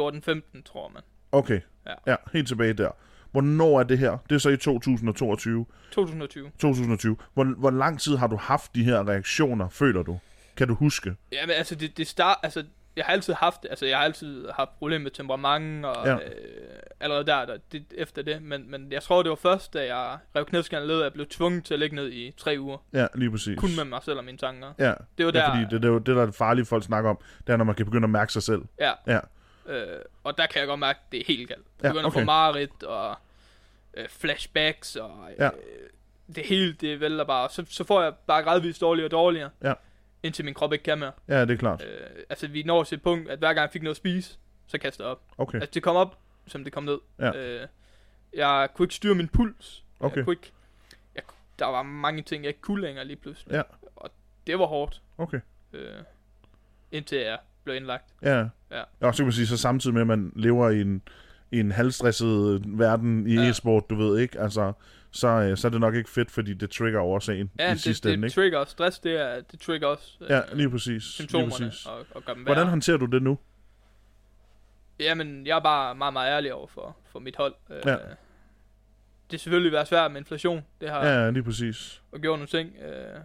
Speaker 2: tror man.
Speaker 1: Okay.
Speaker 2: Ja.
Speaker 1: ja. helt tilbage der. Hvornår er det her? Det er så i 2022.
Speaker 2: 2020.
Speaker 1: 2020. Hvor, hvor lang tid har du haft de her reaktioner, føler du? Kan du huske?
Speaker 2: Ja, men altså, det, det start, altså, jeg har altid haft det. Altså, jeg har altid haft problemer med temperament, og
Speaker 1: Ja.
Speaker 2: ja. øh, allerede der, der det, efter det. Men, men jeg tror, det var først, da jeg rev knæskallen led, at jeg blev tvunget til at ligge ned i tre uger.
Speaker 1: Ja, lige præcis.
Speaker 2: Kun med mig selv og mine tanker.
Speaker 1: Ja,
Speaker 2: Det var
Speaker 1: ja
Speaker 2: der,
Speaker 1: fordi det, det, er jo det, der er det farlige, folk snakker om, det er, når man kan begynde at mærke sig selv.
Speaker 2: ja,
Speaker 1: Ja,
Speaker 2: Øh, og der kan jeg godt mærke, at det er helt galt. Jeg
Speaker 1: Ja,
Speaker 2: begynder ja, okay. at
Speaker 1: okay.
Speaker 2: få mareridt og øh, flashbacks og øh,
Speaker 1: Ja.
Speaker 2: ja. det hele, det vælter bare. Så, så får jeg bare gradvist dårligere og dårligere,
Speaker 1: Ja.
Speaker 2: indtil min krop ikke kan mere.
Speaker 1: ja det er klart.
Speaker 2: Øh, altså, vi når til et punkt, at hver gang jeg fik noget at spise, så kastede jeg op.
Speaker 1: Okay,
Speaker 2: Altså, det kom op, som det kom ned.
Speaker 1: Ja.
Speaker 2: Øh, jeg kunne ikke styre min puls.
Speaker 1: Okay.
Speaker 2: Jeg kunne ikke, jeg, ku- der var mange ting, jeg ikke kunne længere lige pludselig.
Speaker 1: Ja.
Speaker 2: Og det var hårdt,
Speaker 1: okay.
Speaker 2: øh, indtil jeg blev indlagt.
Speaker 1: Ja.
Speaker 2: Ja.
Speaker 1: Og så kan man sige, så samtidig med, at man lever i en, i en halvstresset verden i ja.
Speaker 2: Ja.
Speaker 1: e-sport, du ved ikke, altså, så, øh, så er det nok ikke fedt, fordi det trigger over scenen
Speaker 2: Ja,
Speaker 1: i
Speaker 2: men det,
Speaker 1: sidste
Speaker 2: det,
Speaker 1: ende,
Speaker 2: det
Speaker 1: ikke?
Speaker 2: trigger også. Stress, det, er, det trigger også øh,
Speaker 1: Ja, lige præcis. Lige
Speaker 2: symptomerne
Speaker 1: præcis.
Speaker 2: og, og gør dem værre.
Speaker 1: Hvordan håndterer du det nu?
Speaker 2: Jamen, jeg er bare meget, meget ærlig over for, for mit hold. Øh,
Speaker 1: Ja.
Speaker 2: Det er selvfølgelig været svært med inflation, det har ja.
Speaker 1: Ja, lige præcis.
Speaker 2: gjort nogle ting. Øh,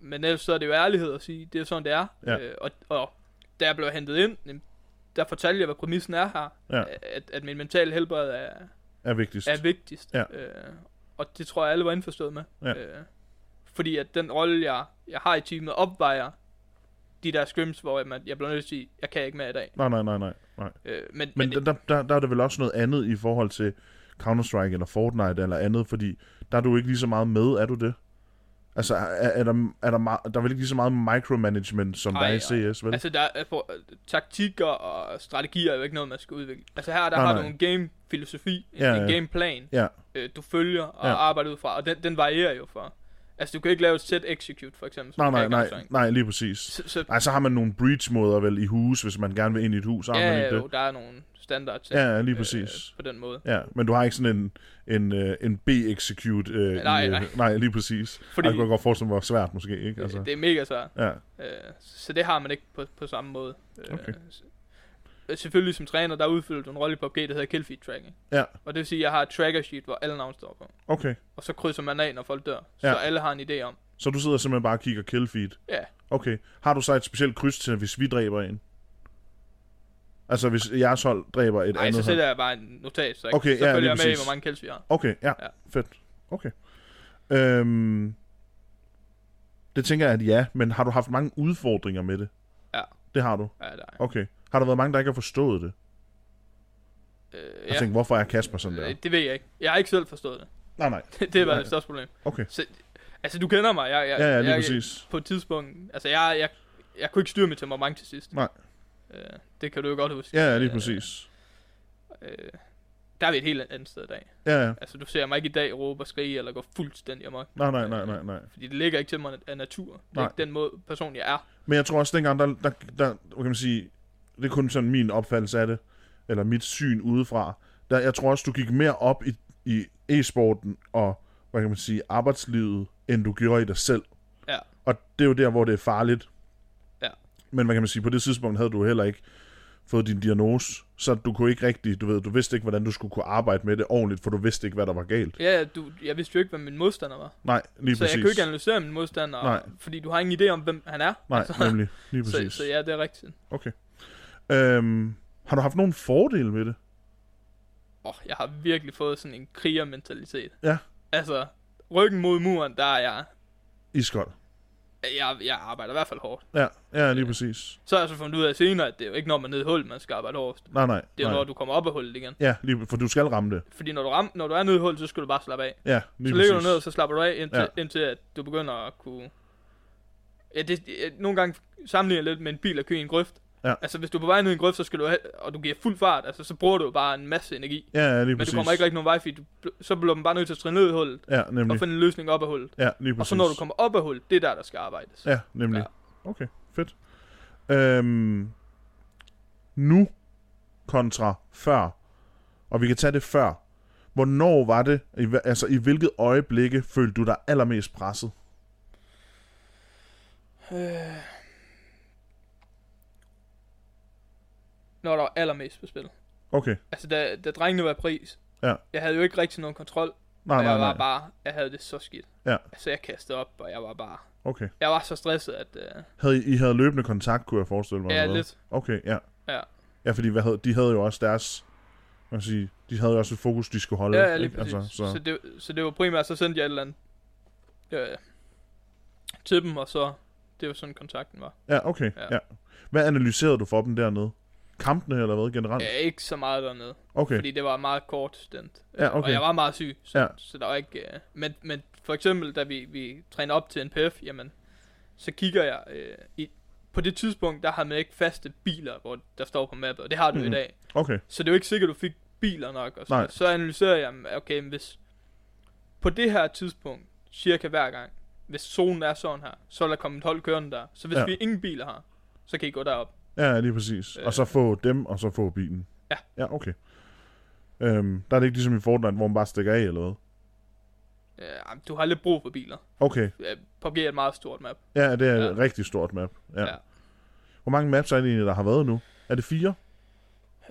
Speaker 2: men ellers så er det jo ærlighed at sige, det er sådan, det er.
Speaker 1: Ja.
Speaker 2: Øh, og, og da jeg blev hentet ind, jamen, der fortalte jeg, hvad præmissen er her.
Speaker 1: Ja.
Speaker 2: At, at min mentale helbred er,
Speaker 1: Er vigtigst.
Speaker 2: er vigtigst.
Speaker 1: Ja.
Speaker 2: Øh, og det tror jeg, alle var indforstået med.
Speaker 1: Ja.
Speaker 2: Øh, fordi at den rolle, jeg, jeg har i teamet, opvejer de der scrims, hvor jeg, jeg bliver nødt til at sige, jeg kan ikke med i dag.
Speaker 1: Nej, nej, nej, nej. nej.
Speaker 2: Øh, men, men,
Speaker 1: Men
Speaker 2: det,
Speaker 1: der, der, der er det vel også noget andet i forhold til Counter-Strike eller Fortnite eller andet, fordi der er du ikke lige så meget med, er du det? Altså, er, er der, er der, meget, der er vel ikke lige så meget micromanagement, som Ej, der
Speaker 2: Ej,
Speaker 1: er i
Speaker 2: og-
Speaker 1: CS, vel?
Speaker 2: altså, der, er- for, taktikker og strategier er jo ikke noget, man skal udvikle. Altså her, der
Speaker 1: Nej,
Speaker 2: har
Speaker 1: nej.
Speaker 2: du en game-filosofi, en,
Speaker 1: Ja,
Speaker 2: ja, en
Speaker 1: ja.
Speaker 2: gameplan,
Speaker 1: Ja,
Speaker 2: øh, du følger og
Speaker 1: Ja.
Speaker 2: ja. arbejder ud fra, og den, den varierer jo for. Altså, du kan ikke lave et set execute, for eksempel. som
Speaker 1: nej,
Speaker 2: du kan
Speaker 1: nej,
Speaker 2: i
Speaker 1: nej,
Speaker 2: Counter-Strike.
Speaker 1: nej, lige præcis.
Speaker 2: Så, så
Speaker 1: Nej, så har man nogle breach-måder vel i hus, hvis man gerne vil ind i et hus, så har man
Speaker 2: ja,
Speaker 1: ikke
Speaker 2: jo,
Speaker 1: det.
Speaker 2: der er nogle standards
Speaker 1: Ja, ja, lige præcis.
Speaker 2: Øh, på den måde.
Speaker 1: Ja, men du har ikke sådan en, en, øh, en B-execute. Øh, i,
Speaker 2: Nej,
Speaker 1: øh,
Speaker 2: nej.
Speaker 1: nej, lige præcis. Fordi...
Speaker 2: Fordi-
Speaker 1: Jeg kunne godt forestille mig, hvor svært måske, ikke? Altså,
Speaker 2: Altså. Det er mega svært.
Speaker 1: ja,
Speaker 2: Øh, så det har man ikke på, på samme måde. Øh,
Speaker 1: Okay.
Speaker 2: s- øh, Selvfølgelig som træner, der udfylder du en rolle i PUBG, der hedder kill feed tracking.
Speaker 1: Ja.
Speaker 2: Og det vil sige, at jeg har et tracker sheet, hvor alle navne står på.
Speaker 1: okay.
Speaker 2: Og så krydser man af, når folk dør. Så
Speaker 1: Ja.
Speaker 2: alle har en idé om.
Speaker 1: Så du sidder simpelthen bare og kigger killfeed?
Speaker 2: Ja.
Speaker 1: Okay. Har du så et specielt kryds til, hvis vi dræber en? Altså, hvis jeres hold dræber et
Speaker 2: Nej,
Speaker 1: andet
Speaker 2: så
Speaker 1: hold?
Speaker 2: sætter jeg bare en notat, så,
Speaker 1: Okay,
Speaker 2: så
Speaker 1: ja, lige
Speaker 2: følger jeg med i,
Speaker 1: præcis.
Speaker 2: hvor mange kills vi har.
Speaker 1: Okay, ja, ja.
Speaker 2: Ja.
Speaker 1: Fedt. Okay. Øhm, det tænker jeg, at ja, men har du haft mange udfordringer med det?
Speaker 2: Ja.
Speaker 1: Det har du?
Speaker 2: Ja, der. er.
Speaker 1: Okay. Har der været mange, der ikke har forstået det?
Speaker 2: Øh,
Speaker 1: Ja. Og tænkt, hvorfor er Kasper sådan der?
Speaker 2: Øh, det ved jeg ikke. Jeg har ikke selv forstået det.
Speaker 1: Nej, nej.
Speaker 2: det var
Speaker 1: Nej.
Speaker 2: det største problem.
Speaker 1: Okay.
Speaker 2: Så, altså, du kender mig. Jeg, jeg,
Speaker 1: Ja, ja, lige
Speaker 2: jeg,
Speaker 1: præcis.
Speaker 2: På et tidspunkt, altså, jeg, jeg, jeg kunne ikke styre mit temperament til sidst.
Speaker 1: Nej.
Speaker 2: Øh, det kan du jo godt huske.
Speaker 1: Ja, ja, lige
Speaker 2: Øh,
Speaker 1: præcis.
Speaker 2: Øh, der er vi et helt andet sted i dag.
Speaker 1: Ja, ja.
Speaker 2: Altså, du ser mig ikke i dag råbe og skrige, eller gå fuldstændig amok.
Speaker 1: Nej, nej, nej, nej, nej.
Speaker 2: Fordi det ligger ikke til mig af natur. Det er
Speaker 1: Nej.
Speaker 2: ikke den måde, person jeg er.
Speaker 1: Men jeg tror også, dengang, der, der, der hvad kan man sige, det er kun sådan min opfattelse af det, eller mit syn udefra, der, jeg tror også, du gik mere op i, i e-sporten og, hvad kan man sige, arbejdslivet, end du gjorde i dig selv.
Speaker 2: Ja.
Speaker 1: Og det er jo der, hvor det er farligt.
Speaker 2: Ja.
Speaker 1: Men hvad kan man sige, på det tidspunkt havde du heller ikke fået din diagnose, så du kunne ikke rigtig, du ved, du vidste ikke, hvordan du skulle kunne arbejde med det ordentligt, for du vidste ikke, hvad der var galt.
Speaker 2: Ja, du, jeg vidste jo ikke, hvad min modstander var.
Speaker 1: Nej, lige
Speaker 2: så
Speaker 1: præcis.
Speaker 2: jeg kan jo ikke analysere min modstander,
Speaker 1: Nej.
Speaker 2: fordi du har ingen idé om, hvem han er.
Speaker 1: Nej,
Speaker 2: altså,
Speaker 1: nemlig. Lige
Speaker 2: så,
Speaker 1: præcis.
Speaker 2: så ja, det er rigtigt.
Speaker 1: Øhm, har du haft nogen fordele med det?
Speaker 2: Åh, oh, jeg har virkelig fået sådan en krigermentalitet.
Speaker 1: Ja.
Speaker 2: Altså, ryggen mod muren, der er jeg,
Speaker 1: Iskold.
Speaker 2: jeg, jeg arbejder i hvert fald hårdt.
Speaker 1: Ja, ja lige præcis.
Speaker 2: Så har jeg så fundet ud af senere, at det er jo ikke når man er nede i hullet, man skal arbejde hårdest.
Speaker 1: Nej, nej.
Speaker 2: Det er jo
Speaker 1: nej.
Speaker 2: når du kommer op af hullet igen.
Speaker 1: Ja, lige, for du skal ramme det.
Speaker 2: Fordi når du, ram, når du er nede i hullet, så skal du bare slappe af.
Speaker 1: Ja, lige
Speaker 2: så
Speaker 1: præcis.
Speaker 2: ligger du ned, og så slapper du af, indtil,
Speaker 1: Ja.
Speaker 2: ja. indtil at du begynder at kunne... Ja, det, jeg, nogle gange sammenligner jeg lidt med en bil og kører i en grøft.
Speaker 1: Ja.
Speaker 2: Altså, hvis du er på vej ned i en grøft, så skal du have, og du giver fuld fart, altså, så bruger du jo bare en masse energi.
Speaker 1: Ja, ja, lige
Speaker 2: Men
Speaker 1: præcis.
Speaker 2: du kommer ikke rigtig nogen vej, fordi du, bl- så bliver man bare nødt til at trille ned i hullet,
Speaker 1: Ja,
Speaker 2: og
Speaker 1: nemlig.
Speaker 2: finde en løsning op af hullet.
Speaker 1: Ja, lige præcis.
Speaker 2: Og så når du kommer op af hullet, det er der, der skal arbejdes.
Speaker 1: Ja, nemlig. Ja.
Speaker 2: Ja.
Speaker 1: Okay, fedt. Øhm, nu kontra før. Og vi kan tage det før. Hvornår var det, i hva- altså i hvilket øjeblikke følte du dig allermest presset?
Speaker 2: Øh. Når der var allermest på spil.
Speaker 1: Okay,
Speaker 2: Altså, da, da drengene var i pris,
Speaker 1: Ja.
Speaker 2: jeg havde jo ikke rigtig nogen kontrol.
Speaker 1: nej,
Speaker 2: og
Speaker 1: nej,
Speaker 2: jeg var
Speaker 1: nej.
Speaker 2: bare, jeg havde det så skidt.
Speaker 1: Ja.
Speaker 2: Altså, jeg kastede op, og jeg var bare,
Speaker 1: Okay.
Speaker 2: jeg var så stresset, at, øh,
Speaker 1: Havde I, I havde løbende kontakt, kunne jeg forestille mig?
Speaker 2: ja,
Speaker 1: eller hvad?
Speaker 2: lidt,
Speaker 1: Okay, ja.
Speaker 2: Ja.
Speaker 1: Ja, fordi hvad havde, de havde jo også deres... Man sige, de havde jo også et fokus, de skulle holde.
Speaker 2: ja, ja, lige
Speaker 1: ikke?
Speaker 2: præcis.
Speaker 1: Altså, så,
Speaker 2: så. det, så det var primært, så sendte jeg et eller andet, øh, til dem, og så, det var sådan, kontakten var.
Speaker 1: ja, okay. Ja.
Speaker 2: Ja.
Speaker 1: ja. Hvad analyserede du for dem dernede? Kampene eller hvad generelt?
Speaker 2: Ja, ikke så meget dernede,
Speaker 1: okay.
Speaker 2: fordi det var meget kort stint.
Speaker 1: Ja,
Speaker 2: Øh,
Speaker 1: okay.
Speaker 2: Og jeg var meget syg, så,
Speaker 1: Ja.
Speaker 2: ja. så der var ikke... Øh, men, men for eksempel, da vi, vi træner op til NPF, jamen, så kigger jeg... Øh, i, på det tidspunkt, der har man ikke faste biler, hvor der står på mappet, og det har du mm. i
Speaker 1: Mhm.
Speaker 2: dag.
Speaker 1: Okay,
Speaker 2: Så det er jo ikke sikkert, du fik biler nok. Og
Speaker 1: Nej.
Speaker 2: så, så analyserer jeg, jamen, okay, men hvis på det her tidspunkt, cirka hver gang, hvis zonen er sådan her, så er der kommet et hold kørende der. Så hvis
Speaker 1: Ja.
Speaker 2: ja. vi ingen biler har, så kan I gå derop.
Speaker 1: ja, lige præcis. Øh. Og så få dem, og så få bilen.
Speaker 2: Ja.
Speaker 1: Ja, okay. Øhm, der er det ikke ligesom i Fortnite, hvor man bare stikker af eller hvad?
Speaker 2: Øh, jamen, du har lidt brug for biler.
Speaker 1: Okay,
Speaker 2: Øh, PUBG er et meget stort map.
Speaker 1: ja, det er ja.
Speaker 2: Ja.
Speaker 1: et rigtig stort map. Ja. ja.
Speaker 2: Ja.
Speaker 1: Hvor mange maps er det egentlig, der har været nu? Er det fire?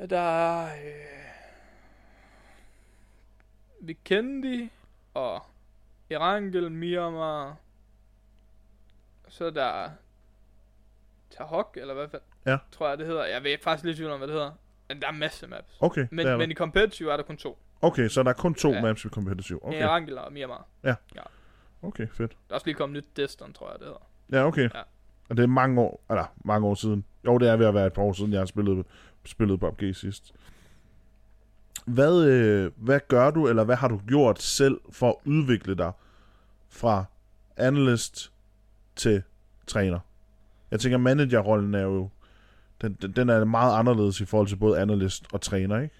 Speaker 2: Der er... Øh, Vikendi og Erangel, Miramar. Så er der Tahok, eller hvad fanden,
Speaker 1: Ja.
Speaker 2: tror jeg det hedder. Jeg ved faktisk lidt i tvivl om, hvad det hedder. Men der er masser af maps.
Speaker 1: Okay,
Speaker 2: Men,
Speaker 1: der er
Speaker 2: men i competitive er der kun to.
Speaker 1: Okay, så der er kun to ja.
Speaker 2: Ja.
Speaker 1: maps i competitive.
Speaker 2: Okay.
Speaker 1: Okay,
Speaker 2: Erangel og Miramar.
Speaker 1: okay, fedt.
Speaker 2: Der er også lige kommet nyt Deston, tror jeg det hedder.
Speaker 1: Ja, okay. Ja.
Speaker 2: Ja.
Speaker 1: Og det er mange år, eller mange år siden. Jo, det er ved at være et par år siden, jeg har spillet, spillet PUBG sidst. Hvad, øh, hvad gør du, eller hvad har du gjort selv for at udvikle dig fra analyst til træner? Jeg tænker, managerrollen er jo, den, den- den er meget anderledes i forhold til både analyst og træner, ikke?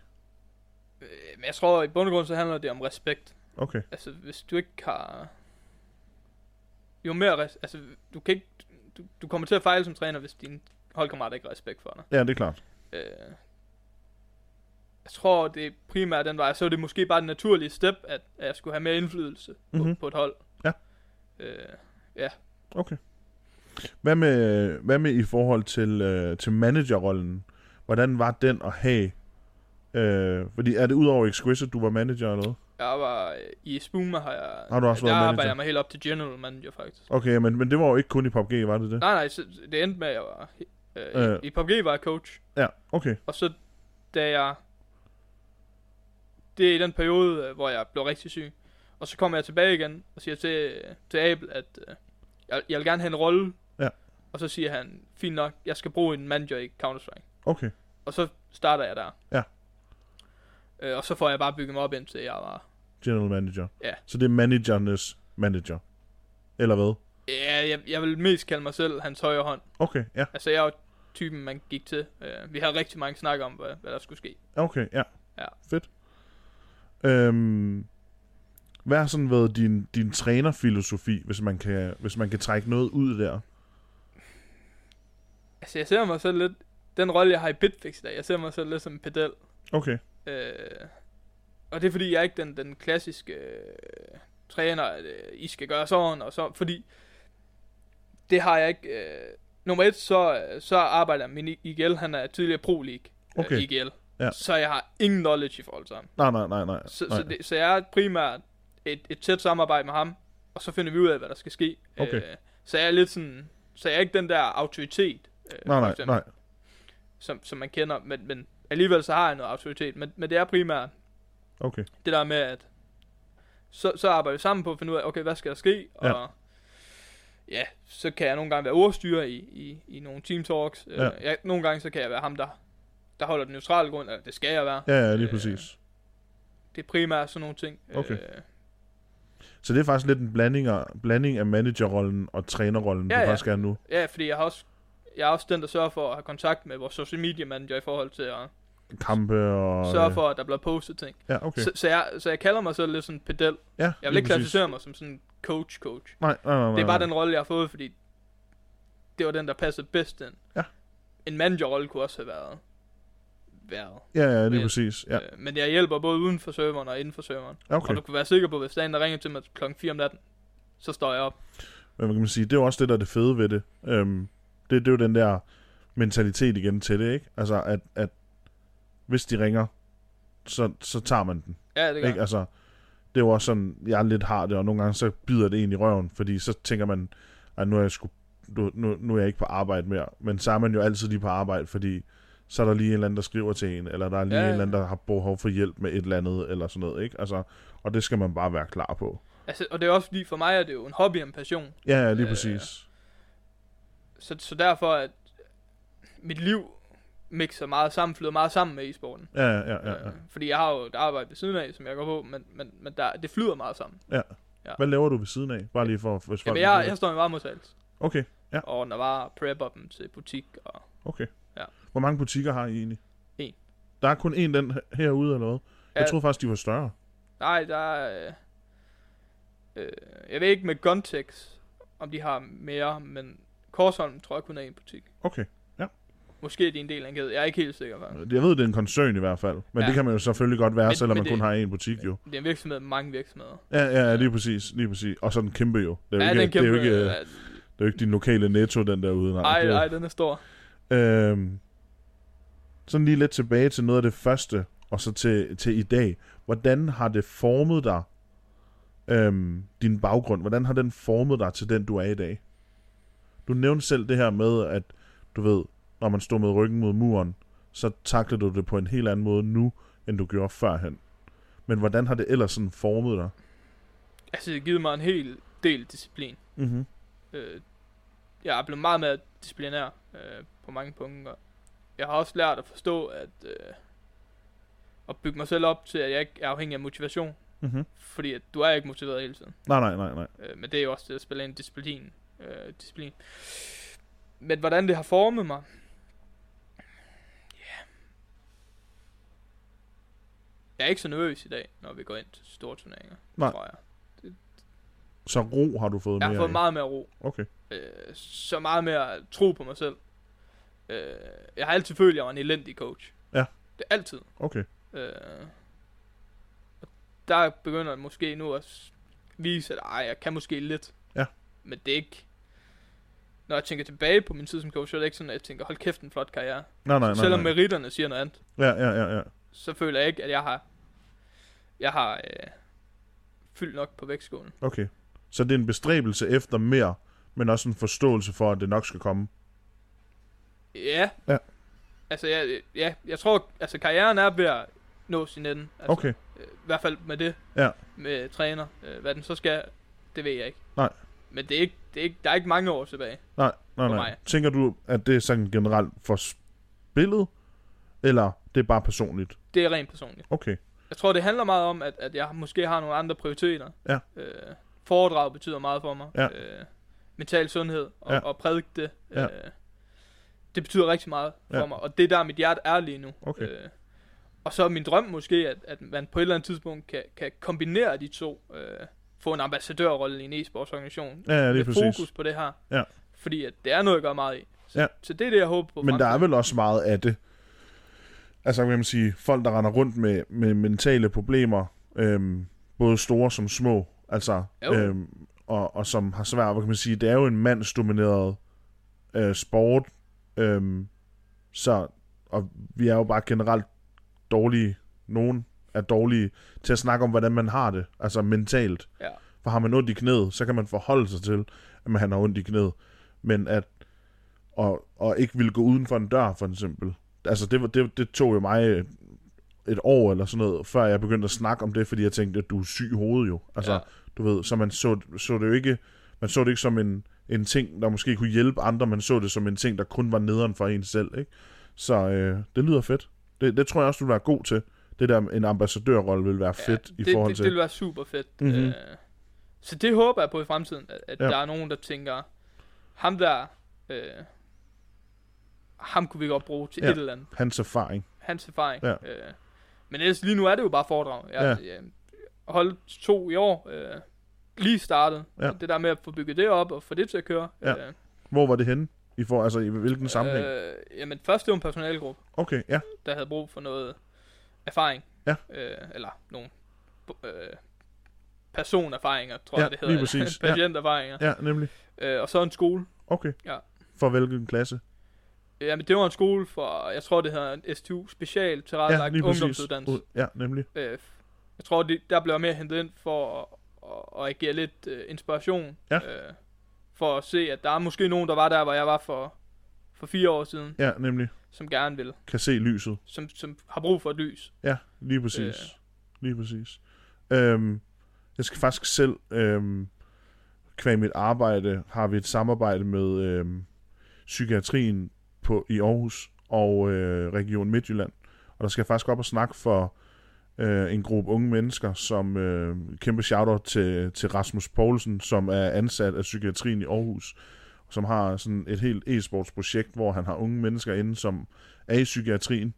Speaker 2: Øh, Men jeg tror, i bund og grund, så handler det om respekt.
Speaker 1: Okay,
Speaker 2: Altså, hvis du ikke har... Jo mere... Res... Altså, du kan ikke... Du, du kommer til at fejle som træner, hvis din holdkammerater ikke har respekt for dig.
Speaker 1: ja, det er klart.
Speaker 2: Øh... Jeg tror, det er primært den vej. Så er det måske bare den naturlige step, at, at jeg skulle have mere indflydelse
Speaker 1: Mhm.
Speaker 2: mm-hmm. på, på et hold.
Speaker 1: Ja.
Speaker 2: Øh...
Speaker 1: Okay. Hvad med, hvad med i forhold til, øh, til managerrollen? Hvordan var den at have? Øh, fordi er det udover Exquisite, du var manager eller noget?
Speaker 2: Jeg var... øh, I Spuma har jeg...
Speaker 1: Har du også
Speaker 2: der
Speaker 1: været
Speaker 2: arbejder
Speaker 1: manager?
Speaker 2: jeg mig helt op til general manager, faktisk.
Speaker 1: Okay, men, men det var jo ikke kun i PUBG, var det det?
Speaker 2: Nej, nej, så det endte med, at jeg var... Øh,
Speaker 1: Øh.
Speaker 2: øh. I, I PUBG var jeg coach.
Speaker 1: Ja, okay.
Speaker 2: Og så da jeg... Det er i den periode, øh, hvor jeg blev rigtig syg. Og så kommer jeg tilbage igen og siger til, til Abel, at øh, jeg, jeg vil gerne have en rolle.
Speaker 1: Ja.
Speaker 2: Og så siger han, fint nok, jeg skal bruge en manager i Counter-Strike.
Speaker 1: Okay,
Speaker 2: Og så starter jeg der.
Speaker 1: Ja.
Speaker 2: Øh, og så får jeg bare bygget mig op indtil jeg var...
Speaker 1: general manager.
Speaker 2: Ja.
Speaker 1: Så det er managernes manager. Eller hvad?
Speaker 2: Ja, jeg, jeg vil mest kalde mig selv hans højre hånd.
Speaker 1: Okay, ja.
Speaker 2: Altså jeg er jo typen, man gik til. Øh, vi har rigtig mange snak om, hvad, hvad der skulle ske.
Speaker 1: Okay, ja.
Speaker 2: Ja.
Speaker 1: Fedt. Øhm, hvad har sådan været din, din trænerfilosofi, hvis man, kan, hvis man kan trække noget ud der?
Speaker 2: Altså jeg ser mig selv lidt... Den rolle, jeg har i Bitfix i dag, jeg ser mig selv lidt som en pedel.
Speaker 1: Okay,
Speaker 2: Øh, og det er fordi, jeg er ikke den, den klassiske øh, træner, at øh, I skal gøre sådan og så, fordi det har jeg ikke. Øh, nummer et, så, øh, så arbejder min I- IGL, han er tidligere Pro League
Speaker 1: Okay.
Speaker 2: øh, IGL,
Speaker 1: Ja.
Speaker 2: så jeg har ingen knowledge i forhold til ham.
Speaker 1: nej, nej, nej, nej.
Speaker 2: Så,
Speaker 1: nej.
Speaker 2: så, det, så jeg er primært et, et tæt samarbejde med ham, og så finder vi ud af, hvad der skal ske.
Speaker 1: Okay.
Speaker 2: Øh, så jeg er lidt sådan, så jeg er ikke den der autoritet, øh,
Speaker 1: nej,
Speaker 2: for
Speaker 1: nej,
Speaker 2: eksempel
Speaker 1: nej.
Speaker 2: som, som man kender, men, men alligevel så har jeg noget autoritet, men, men det er primært
Speaker 1: Okay,
Speaker 2: det der med, at så, så arbejder vi sammen på at finde ud af, okay, hvad skal der ske, og
Speaker 1: Ja.
Speaker 2: ja, ja så kan jeg nogle gange være ordstyrer i, i, i nogle team talks,
Speaker 1: Ja.
Speaker 2: ja. jeg, nogle gange så kan jeg være ham, der, der holder den neutrale grund, eller det skal jeg være,
Speaker 1: ja, ja, lige
Speaker 2: Øh,
Speaker 1: præcis.
Speaker 2: det er primært sådan nogle ting,
Speaker 1: Okay.
Speaker 2: øh,
Speaker 1: Så det er faktisk lidt en blanding af, blanding af managerrollen og trænerrollen, ja,
Speaker 2: Ja,
Speaker 1: du
Speaker 2: ja.
Speaker 1: faktisk er nu.
Speaker 2: ja, fordi jeg har også, jeg er også den, der sørger for at have kontakt med vores social media manager i forhold til at
Speaker 1: Kampe og... øh,
Speaker 2: sørge for, at der bliver postet ting,
Speaker 1: Ja, okay.
Speaker 2: så, så, jeg, så jeg kalder mig selv lidt sådan en pedel,
Speaker 1: ja,
Speaker 2: jeg vil
Speaker 1: lige præcis.
Speaker 2: ikke klassificere mig som sådan en coach-coach,
Speaker 1: Nej, nej, nej, nej.
Speaker 2: Det er
Speaker 1: nej.
Speaker 2: bare den rolle, jeg har fået, fordi det var den, der passede bedst ind.
Speaker 1: Ja.
Speaker 2: en managerrolle kunne også have været. været.
Speaker 1: Ja, ja, lige
Speaker 2: Men-
Speaker 1: præcis. Ja,
Speaker 2: Øh, men jeg hjælper både uden for serveren og inden for serveren. Okay.
Speaker 1: okay.
Speaker 2: Og du kan være sikker på, at hvis der er en, der ringer til mig klokken 4 om natten, så står jeg op.
Speaker 1: Men hvad kan man sige, det er jo også det, der er det fede ved det. Øhm, det, det er jo den der mentalitet igen til det, ikke? Altså, at, at hvis de ringer, så, så tager man den,
Speaker 2: Ja, det gør
Speaker 1: ikke?
Speaker 2: jeg.
Speaker 1: Altså, det er jo også sådan, jeg lidt har det, og nogle gange så bider det en i røven, fordi så tænker man, at nu er jeg, sgu, nu, nu, nu er jeg ikke på arbejde mere. Men så er man jo altid lige på arbejde, fordi så er der lige en eller anden, der skriver til en, eller der er lige
Speaker 2: Ja,
Speaker 1: en
Speaker 2: ja.
Speaker 1: eller anden, der har behov for hjælp med et eller andet, eller sådan noget, ikke? Altså, og det skal man bare være klar på.
Speaker 2: Altså, og det er også fordi, for mig er det jo en hobby og en passion.
Speaker 1: Ja, ja, lige
Speaker 2: Øh,
Speaker 1: præcis.
Speaker 2: Så, så derfor, at mit liv mixer meget sammen, flyder meget sammen med e-sporten.
Speaker 1: Ja, ja, ja. ja, ja.
Speaker 2: Øh, Fordi jeg har jo et arbejde ved siden af, som jeg går på, men, men, men der, det flyder meget sammen.
Speaker 1: Hvad laver du ved siden af? Bare lige for, hvis folk...
Speaker 2: Jamen, jeg, jeg står i varemodtagelse
Speaker 1: Okay, ja,
Speaker 2: og ordner varer, prepper dem til butik. Og...
Speaker 1: okay.
Speaker 2: Ja.
Speaker 1: Hvor mange butikker har I egentlig?
Speaker 2: En.
Speaker 1: Der er kun én den he- herude eller hvad? Jeg
Speaker 2: Ja.
Speaker 1: troede faktisk, de var større.
Speaker 2: Nej, der er... Øh, øh, jeg ved ikke med Guntex, om de har mere, men Korsholm tror jeg kun er en butik.
Speaker 1: Okay.
Speaker 2: Måske er de en del af en kæde. Jeg er ikke helt sikker. Faktisk.
Speaker 1: Altså, Jeg ved, det er en koncern i hvert fald. Men ja.
Speaker 2: Ja.
Speaker 1: det kan man jo selvfølgelig godt være, men,
Speaker 2: Men-
Speaker 1: selvom
Speaker 2: men
Speaker 1: man kun
Speaker 2: det-
Speaker 1: har én butik jo.
Speaker 2: Det er en virksomhed med mange virksomheder.
Speaker 1: Ja, ja, ja, lige præcis. Lige præcis. Og så den kæmpe jo. Det er jo, ikke,
Speaker 2: Ja, den kæmpe... øh,
Speaker 1: det er jo ikke, det er jo ikke din lokale netto, den der ude.
Speaker 2: Nej,
Speaker 1: det er-
Speaker 2: nej, den er stor.
Speaker 1: Øhm, sådan lige lidt tilbage til noget af det første, og så til, til i dag. Hvordan har det formet dig, øhm, din baggrund, hvordan har den formet dig til den, du er i dag? Du nævnte selv det her med, at du ved, når man stod med ryggen mod muren, så takler du det på en helt anden måde nu, end du gjorde førhen. Men hvordan har det ellers sådan formet dig?
Speaker 2: Altså, det har givet mig en hel del disciplin.
Speaker 1: Mm-hmm.
Speaker 2: Øh, jeg er blevet meget mere disciplinær øh, på mange punkter. Jeg har også lært at forstå, at øh, at bygge mig selv op til, at jeg ikke er afhængig af motivation.
Speaker 1: Mm-hmm.
Speaker 2: Fordi at du er ikke motiveret hele tiden.
Speaker 1: Nej, nej, nej, nej.
Speaker 2: Øh, men det er jo også det at spille ind disciplin. Øh, disciplin. Men hvordan det har formet mig... Ja... Jeg er ikke så nervøs i dag, når vi går ind til store turneringer,
Speaker 1: Nej.
Speaker 2: tror jeg.
Speaker 1: Så ro har du fået
Speaker 2: Jeg har
Speaker 1: mere
Speaker 2: fået
Speaker 1: af.
Speaker 2: meget mere ro.
Speaker 1: Okay.
Speaker 2: øh, så meget mere tro på mig selv. Øh, jeg har altid følt, at jeg var en elendig coach.
Speaker 1: Ja.
Speaker 2: Det er altid.
Speaker 1: Okay.
Speaker 2: Øh, og der begynder jeg måske nu at s- vise, at ej, jeg kan måske lidt.
Speaker 1: Ja.
Speaker 2: Men det er ikke... Når jeg tænker tilbage på min tid som coach, så er det ikke sådan, at jeg tænker, hold kæft, en flot karriere.
Speaker 1: Nej, nej, nej.
Speaker 2: Selvom
Speaker 1: nej.
Speaker 2: meritterne siger noget andet,
Speaker 1: Ja, ja, ja, ja.
Speaker 2: så føler jeg ikke, at jeg har... Jeg har øh, fyldt nok på vægtskålen.
Speaker 1: Okay. Så det er en bestræbelse efter mere, men også en forståelse for, at det nok skal komme.
Speaker 2: Ja.
Speaker 1: Ja.
Speaker 2: Altså, jeg, ja, jeg tror, altså karrieren er ved at nå sin ende. Altså,
Speaker 1: Okay.
Speaker 2: Øh, I hvert fald med det.
Speaker 1: Ja.
Speaker 2: Med træner. Øh, hvad den så skal, det ved jeg ikke.
Speaker 1: Nej.
Speaker 2: Men det er ikke, det er ikke, der er ikke mange år tilbage.
Speaker 1: Nej, nej,
Speaker 2: For
Speaker 1: nej.
Speaker 2: mig.
Speaker 1: Tænker du, at det er sådan generelt for spillet, eller det er bare personligt?
Speaker 2: Det er rent personligt.
Speaker 1: Okay.
Speaker 2: Jeg tror, det handler meget om, at, at jeg måske har nogle andre prioriteter.
Speaker 1: Ja.
Speaker 2: Øh, foredrag betyder meget for mig.
Speaker 1: Ja.
Speaker 2: Øh, mental sundhed og,
Speaker 1: Ja.
Speaker 2: og prædike det.
Speaker 1: Ja.
Speaker 2: Øh, det betyder rigtig meget for
Speaker 1: Ja.
Speaker 2: mig, og det er der, mit hjerte er lige nu.
Speaker 1: Okay.
Speaker 2: Øh, og så er min drøm måske, at, at man på et eller andet tidspunkt kan, kan kombinere de to. Øh, få en ambassadørrolle i en e-sportsorganisation.
Speaker 1: Ja, ja, lige
Speaker 2: med
Speaker 1: præcis.
Speaker 2: fokus på det her.
Speaker 1: Ja.
Speaker 2: Fordi at det er noget, jeg gør meget i. Så,
Speaker 1: Ja.
Speaker 2: så det er det, jeg håber på.
Speaker 1: Men der er
Speaker 2: fremtiden.
Speaker 1: vel også meget af det. Altså, kan man sige, folk, der render rundt med, med mentale problemer, øhm, både store som små, altså,
Speaker 2: Jo.
Speaker 1: øhm, og, og som har svært, hvad kan man sige, det er jo en mandsdomineret øh, sport, øhm, så, og vi er jo bare generelt dårlige, nogen er dårlige til at snakke om, hvordan man har det, altså mentalt.
Speaker 2: Ja.
Speaker 1: For har man ondt i knæet, så kan man forholde sig til, at man har ondt i knæet. Men at og, og ikke ville gå uden for en dør, for eksempel. Altså, det, var, det, det tog jo mig øh, et år eller sådan noget, før jeg begyndte at snakke om det, fordi jeg tænkte, at du er syg i hovedet jo. Altså, ja.
Speaker 2: Ja.
Speaker 1: du ved, så man så, så det jo ikke, man så det ikke som en, en ting, der måske kunne hjælpe andre, man så det som en ting, der kun var nederen for en selv, ikke? Så øh, det lyder fedt. Det, det tror jeg også, du vil være god til. Det der en ambassadørrolle vil være
Speaker 2: Ja,
Speaker 1: fedt ja, i
Speaker 2: det,
Speaker 1: forhold
Speaker 2: det,
Speaker 1: til...
Speaker 2: Det vil være super fedt.
Speaker 1: Mhm.
Speaker 2: Mm-hmm. Øh, så det håber jeg på i fremtiden, at, at
Speaker 1: Ja.
Speaker 2: ja. der er nogen, der tænker, ham der, øh, ham kunne vi godt bruge til
Speaker 1: Ja.
Speaker 2: ja. et eller andet.
Speaker 1: Hans erfaring.
Speaker 2: Hans erfaring.
Speaker 1: Ja.
Speaker 2: Øh, men ellers lige nu er det jo bare foredrag. Jeg, ja. jeg holdt to i år, øh, lige startet.
Speaker 1: Ja.
Speaker 2: Ja. Det der med at få bygget det op og få det til at køre.
Speaker 1: Ja.
Speaker 2: Øh,
Speaker 1: Hvor var det henne? I får, altså i hvilken sammenhæng?
Speaker 2: Øh, jamen, først det var en personalegruppe,
Speaker 1: Okay, ja.
Speaker 2: der havde brug for noget erfaring.
Speaker 1: Ja.
Speaker 2: Øh, eller nogle øh, personerfaringer, tror
Speaker 1: Ja,
Speaker 2: jeg, det hedder.
Speaker 1: lige præcis. Ja.
Speaker 2: Patienterfaringer.
Speaker 1: Ja, nemlig.
Speaker 2: Øh, og så en skole.
Speaker 1: Okay.
Speaker 2: Ja.
Speaker 1: For hvilken klasse?
Speaker 2: Jamen, det var en skole for, jeg tror, det hedder en STU, special tilrettelagt ja, ungdomsuddannelse.
Speaker 1: Ud- Ja, nemlig.
Speaker 2: Øh, jeg tror, det, der blev jeg mere hentet ind for at, at, at give lidt øh, inspiration.
Speaker 1: Ja.
Speaker 2: Øh, for at se, at der er måske nogen, der var der, hvor jeg var for, for fire år siden,
Speaker 1: Ja, nemlig.
Speaker 2: som gerne vil.
Speaker 1: Kan se lyset.
Speaker 2: Som, som har brug for et lys.
Speaker 1: Ja, lige præcis. Øh. Lige præcis. Øhm, jeg skal faktisk selv, øhm, kvæg mit arbejde, har vi et samarbejde med øhm, psykiatrien på, i Aarhus og øh, Region Midtjylland. Og der skal jeg faktisk op og snakke for øh, en gruppe unge mennesker, som øh, kæmpe shoutout til, til Rasmus Poulsen, som er ansat af psykiatrien i Aarhus, som har sådan et helt e-sportsprojekt, hvor han har unge mennesker inde, som er i psykiatrien,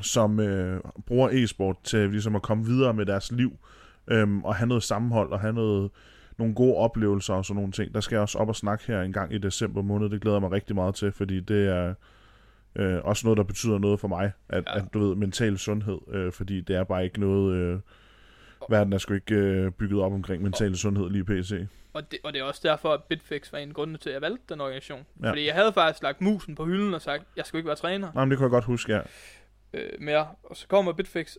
Speaker 1: som øh, bruger e-sport til ligesom at komme videre med deres liv, øhm, og have noget sammenhold, og have noget, nogle gode oplevelser og sådan nogle ting. Der skal jeg også op og snakke her en gang i december måned, det glæder jeg mig rigtig meget til, fordi det er øh, også noget, der betyder noget for mig, at, ja.
Speaker 2: Ja.
Speaker 1: at du ved, mental sundhed, øh, fordi det er bare ikke noget, øh, verden er sgu ikke øh, bygget op omkring mental sundhed lige pc.
Speaker 2: Og det, og det er også derfor, at Bitfix var en af grundene til, at jeg valgte den organisation.
Speaker 1: Ja.
Speaker 2: Ja. Fordi jeg havde faktisk lagt musen på hylden og sagt, jeg skal ikke være træner
Speaker 1: Nej, men det kunne jeg godt huske, ja.
Speaker 2: øh, mere. Og så kommer Bitfix,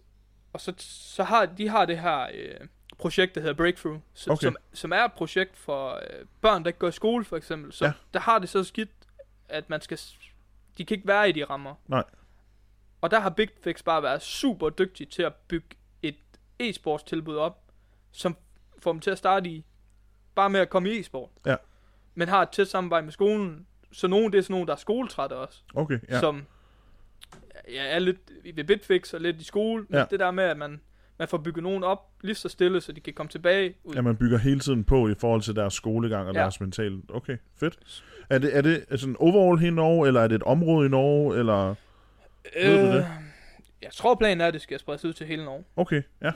Speaker 2: og så, så har de har det her øh, projekt, der hedder Breakthrough, som,
Speaker 1: Okay.
Speaker 2: som, som er et projekt for øh, børn, der ikke går i skole for eksempel. Så
Speaker 1: Ja.
Speaker 2: ja. der har det så skidt, at man skal, s- de kan ikke være i de rammer.
Speaker 1: Nej.
Speaker 2: Og der har Bitfix bare været super dygtig til at bygge et e-sports tilbud op, som får dem til at starte i, bare med at komme i e-sport.
Speaker 1: Ja.
Speaker 2: Men har et tæt samarbejde med skolen, så nogen, det er sådan nogen, der er skoletrætte også
Speaker 1: Okay, ja.
Speaker 2: ja. som ja, er lidt ved Bitfix og lidt i skole. Men
Speaker 1: Ja.
Speaker 2: ja. det der med, at man, man får bygget nogen op lige så stille, så de kan komme tilbage ud.
Speaker 1: Ja, man bygger hele tiden på i forhold til deres skolegang og ja.
Speaker 2: Ja.
Speaker 1: deres mentale... Okay, fedt. Er det, er det sådan overall hele Norge, eller er det et område i Norge, eller... ved du det?
Speaker 2: Øh, Jeg tror, planen er, at det skal spredes ud til hele Norge.
Speaker 1: Okay, ja,
Speaker 2: Øh,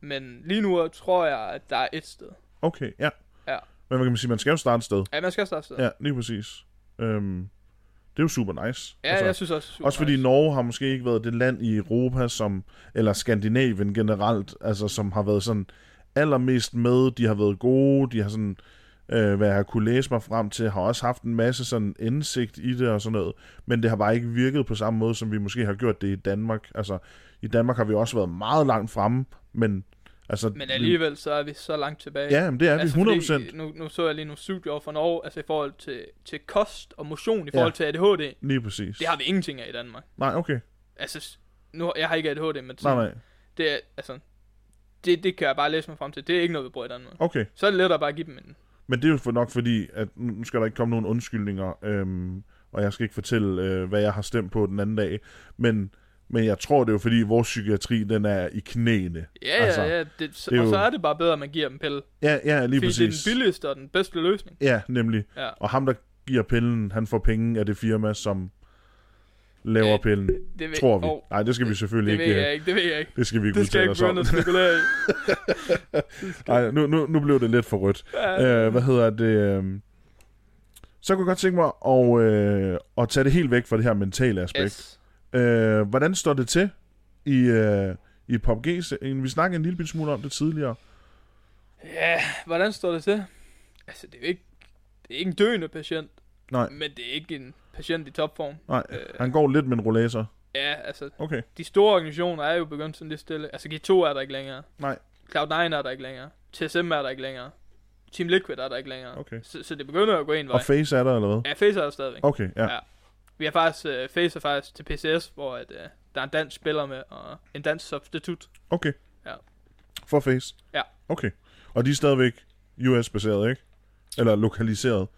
Speaker 2: men lige nu øh, tror jeg, at der er et sted.
Speaker 1: okay, ja.
Speaker 2: Ja.
Speaker 1: Men hvad kan man sige, man skal jo starte et sted.
Speaker 2: Ja, man skal starte et sted.
Speaker 1: Ja, lige præcis. Øhm, det er jo super nice. Altså,
Speaker 2: ja jeg synes også. Super
Speaker 1: Også fordi
Speaker 2: nice.
Speaker 1: Norge har måske ikke været det land i Europa, som, eller Skandinavien generelt, altså som har været sådan allermest med, de har været gode, de har sådan, øh, hvad jeg har kunne læse mig frem til, har også haft en masse sådan indsigt i det og sådan noget, men det har bare ikke virket på samme måde, som vi måske har gjort det i Danmark. Altså, i Danmark har vi også været meget langt fremme, men altså...
Speaker 2: Men
Speaker 1: vi-
Speaker 2: alligevel, så er vi så langt tilbage. Altså,
Speaker 1: Ja, men det er vi, 100%.
Speaker 2: Fordi, nu, nu så jeg lige nogle studier over for Norge, altså i forhold til, til kost og motion, i forhold
Speaker 1: Ja.
Speaker 2: til ADHD.
Speaker 1: Lige præcis.
Speaker 2: Det har vi ingenting af i Danmark.
Speaker 1: Nej, okay.
Speaker 2: Altså, s- nu, jeg har ikke ADHD, men
Speaker 1: Nej,
Speaker 2: sådan,
Speaker 1: nej.
Speaker 2: Det er, altså, det, det kan jeg bare læse mig frem til. Det er ikke noget, vi bruger i Danmark.
Speaker 1: Okay.
Speaker 2: Så er det lettere bare at give dem en.
Speaker 1: Men det er jo for nok fordi, at nu skal der ikke komme nogen undskyldninger, øhm, og jeg skal ikke fortælle, øh, hvad jeg har stemt på den anden dag, men, men jeg tror, det er jo fordi, vores psykiatri, den er i knæene.
Speaker 2: Ja,
Speaker 1: Altså,
Speaker 2: altså, ja, det, så,
Speaker 1: det
Speaker 2: det
Speaker 1: er
Speaker 2: og så
Speaker 1: jo-
Speaker 2: er det bare bedre, at man giver dem pille.
Speaker 1: Ja, ja lige
Speaker 2: Fordi det er
Speaker 1: præcis.
Speaker 2: den billigste og den bedste løsning.
Speaker 1: Ja, nemlig.
Speaker 2: Ja.
Speaker 1: Og ham, der giver pillen, han får penge af det firma, som laver
Speaker 2: Øh,
Speaker 1: pillen,
Speaker 2: Det ved,
Speaker 1: tror vi.
Speaker 2: åh,
Speaker 1: Nej, det skal vi
Speaker 2: det
Speaker 1: selvfølgelig
Speaker 2: ved
Speaker 1: ikke... øh,
Speaker 2: jeg ikke, det ved jeg ikke.
Speaker 1: Det skal vi ikke
Speaker 2: Det skal jeg
Speaker 1: udtale
Speaker 2: ikke
Speaker 1: os om.
Speaker 2: begynde at spekulere i.
Speaker 1: Nej, nu, nu, nu blev det lidt for rødt.
Speaker 2: Ja.
Speaker 1: øh, hvad hedder det? øhm, Så kunne jeg godt tænke mig at, øh, at tage det helt væk fra det her mentale aspekt.
Speaker 2: Yes.
Speaker 1: Øh, hvordan står det til i, øh, i PUBG-serien? Vi snakkede en lille bitte smule om det tidligere.
Speaker 2: Ja, hvordan står det til? Altså, det er jo ikke, det er ikke en døende patient.
Speaker 1: Nej.
Speaker 2: Men det er ikke en patient i topform.
Speaker 1: Nej, øh.
Speaker 2: Øh.
Speaker 1: han går lidt med en rollator.
Speaker 2: Ja, altså,
Speaker 1: Okay,
Speaker 2: de store organisationer er jo begyndt sådan lidt stille. Altså, G2 er der ikke længere.
Speaker 1: Nej.
Speaker 2: Cloud9 er der ikke længere. TSM er der ikke længere. Team Liquid er der ikke længere.
Speaker 1: okay.
Speaker 2: Så, så det begynder at gå en vej.
Speaker 1: Og Face er der, eller hvad?
Speaker 2: ja, Face er der stadigvæk.
Speaker 1: Okay, ja.
Speaker 2: Ja. Vi har faktisk, uh, Face er faktisk til PCS, hvor at, uh, der er en dansk spiller med, og en dansk substitut.
Speaker 1: Okay.
Speaker 2: Ja.
Speaker 1: For Face?
Speaker 2: Ja.
Speaker 1: Okay. Og de er stadigvæk US-baseret, ikke? Eller lokaliseret.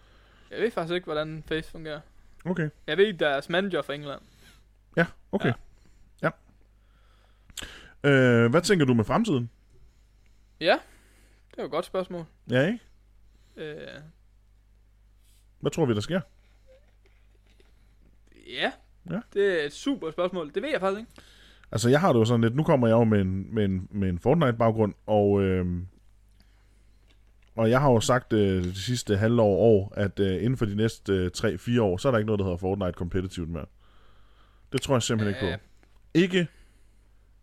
Speaker 2: Jeg ved faktisk ikke, hvordan Face fungerer.
Speaker 1: Okay,
Speaker 2: Jeg ved, deres manager er fra England.
Speaker 1: ja, okay. Ja. ja. Øh, hvad tænker du med fremtiden?
Speaker 2: Ja, det er jo et godt spørgsmål.
Speaker 1: Ja, ikke?
Speaker 2: Uh,
Speaker 1: Hvad tror vi, der sker?
Speaker 2: ja.
Speaker 1: Ja.
Speaker 2: det er et super spørgsmål. Det ved jeg faktisk ikke.
Speaker 1: Altså, jeg har det jo sådan lidt... Nu kommer jeg jo med en, med en, med en Fortnite-baggrund, og... Øhm, og jeg har jo sagt øh, det sidste halvår år, at øh, inden for de næste øh, 3-4 år, så er der ikke noget, der hedder Fortnite Competitive mere. Det tror jeg simpelthen øh.
Speaker 2: Øh.
Speaker 1: ikke på. Ikke,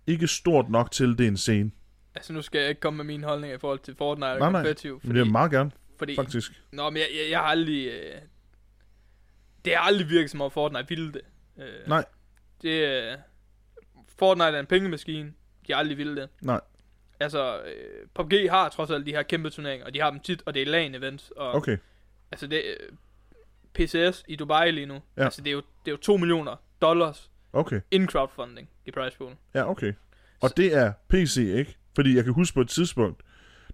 Speaker 1: ikke stort nok til, det er en scene.
Speaker 2: Altså, nu skal jeg ikke komme med mine holdninger i forhold til Fortnite og
Speaker 1: Nej, nej.
Speaker 2: competitive.
Speaker 1: Men det er meget gerne,
Speaker 2: fordi,
Speaker 1: faktisk.
Speaker 2: Nå, men jeg, jeg, jeg har aldrig... Øh, det har aldrig virket som om Fortnite ville det. Øh,
Speaker 1: Nej.
Speaker 2: Det, øh, Fortnite er en pengemaskine. De har aldrig ville det.
Speaker 1: Nej.
Speaker 2: Altså, øh, PUBG har trods alt de her kæmpe turneringer, og de har dem tit, og det er LAN-events. Og,
Speaker 1: Okay.
Speaker 2: Altså, det øh, PCS i Dubai lige nu.
Speaker 1: Ja.
Speaker 2: Altså, det er, jo, det er jo 2 millioner dollars
Speaker 1: Okay.
Speaker 2: in crowdfunding i prize poolen.
Speaker 1: Ja, okay. Og det er PC, ikke? Fordi jeg kan huske på et tidspunkt,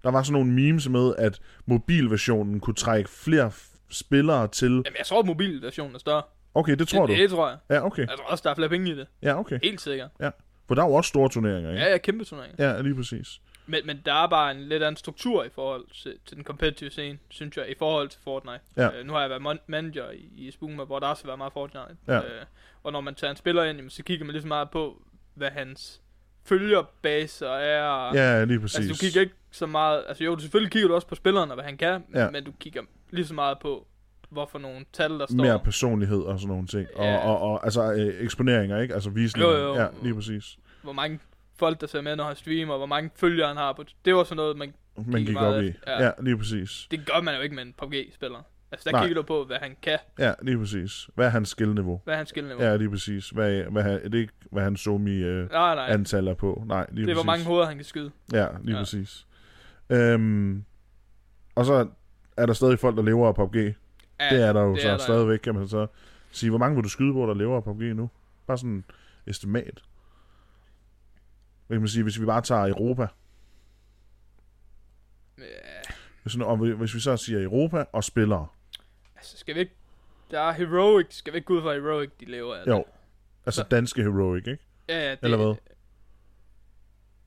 Speaker 1: der var sådan nogle memes med, at mobilversionen kunne trække flere f- spillere til.
Speaker 2: Jamen, jeg tror, at mobilversionen er større.
Speaker 1: Okay, det tror
Speaker 2: det,
Speaker 1: du?
Speaker 2: Det tror jeg.
Speaker 1: Ja, okay.
Speaker 2: Jeg tror også, der er flere penge i det.
Speaker 1: Ja, okay.
Speaker 2: Helt sikkert.
Speaker 1: For der er jo også store turneringer,
Speaker 2: Ja,
Speaker 1: ikke?
Speaker 2: ja, kæmpe turneringer.
Speaker 1: Ja, lige præcis.
Speaker 2: Men, men der er bare en lidt anden struktur i forhold til, til den competitive scene, synes jeg, i forhold til Fortnite.
Speaker 1: Ja.
Speaker 2: Øh, nu har jeg været mon- manager i, i Spuma, hvor der også har været meget Fortnite.
Speaker 1: Ja.
Speaker 2: Øh, og når man tager en spiller ind, jamen, så kigger man lige så meget på, hvad hans følgerbaser er. og-
Speaker 1: Ja, lige præcis.
Speaker 2: altså, du kigger ikke så meget... Altså jo, du selvfølgelig kigger du også på spilleren og hvad han kan,
Speaker 1: Ja.
Speaker 2: men du kigger lige så meget på, hvorfor nogle tal, der står.
Speaker 1: Mere personlighed og sådan nogle ting. Og,
Speaker 2: Ja.
Speaker 1: og, og altså øh, eksponeringer, ikke? Altså visninger.
Speaker 2: Jo, jo.
Speaker 1: Ja, lige præcis.
Speaker 2: hvor mange folk, der ser med, når han streamer, hvor mange følgere han har. På det var sådan noget, man,
Speaker 1: Man gik
Speaker 2: meget
Speaker 1: op i.
Speaker 2: efter. Ja.
Speaker 1: Ja, lige præcis.
Speaker 2: det gør man jo ikke med en PUBG-spiller. Altså, der
Speaker 1: Nej.
Speaker 2: Nej. kigger du på, hvad han kan,
Speaker 1: Ja, lige præcis. Hvad er hans skillniveau?
Speaker 2: hvad han skillniveau. Ja.
Speaker 1: Ja, lige præcis. Hvad, hvad, er det er ikke, hvad hans somi øh,
Speaker 2: Nej, nej.
Speaker 1: antal er på? Nej, lige
Speaker 2: det er,
Speaker 1: præcis.
Speaker 2: hvor mange hoveder han kan skyde.
Speaker 1: Ja, lige ja.
Speaker 2: Ja.
Speaker 1: præcis. Øhm, og så er der stadig folk, der lever af PUBG. Ja,
Speaker 2: Ja,
Speaker 1: det er der jo
Speaker 2: det
Speaker 1: så
Speaker 2: er der.
Speaker 1: stadigvæk, kan man så sige. Hvor mange vil du skyde på, der lever af PUBG nu? Bare sådan et estimat. Hvad kan man sige, hvis vi bare tager Europa?
Speaker 2: ja.
Speaker 1: Hvis, nu- og vi- hvis vi så siger Europa og spillere.
Speaker 2: Altså, skal vi ikke... Der er Heroic. Skal vi ikke gå ud fra Heroic, de lever af?
Speaker 1: Jo. Altså
Speaker 2: Så-
Speaker 1: danske heroic, ikke?
Speaker 2: Ja, ja, det,
Speaker 1: Eller hvad?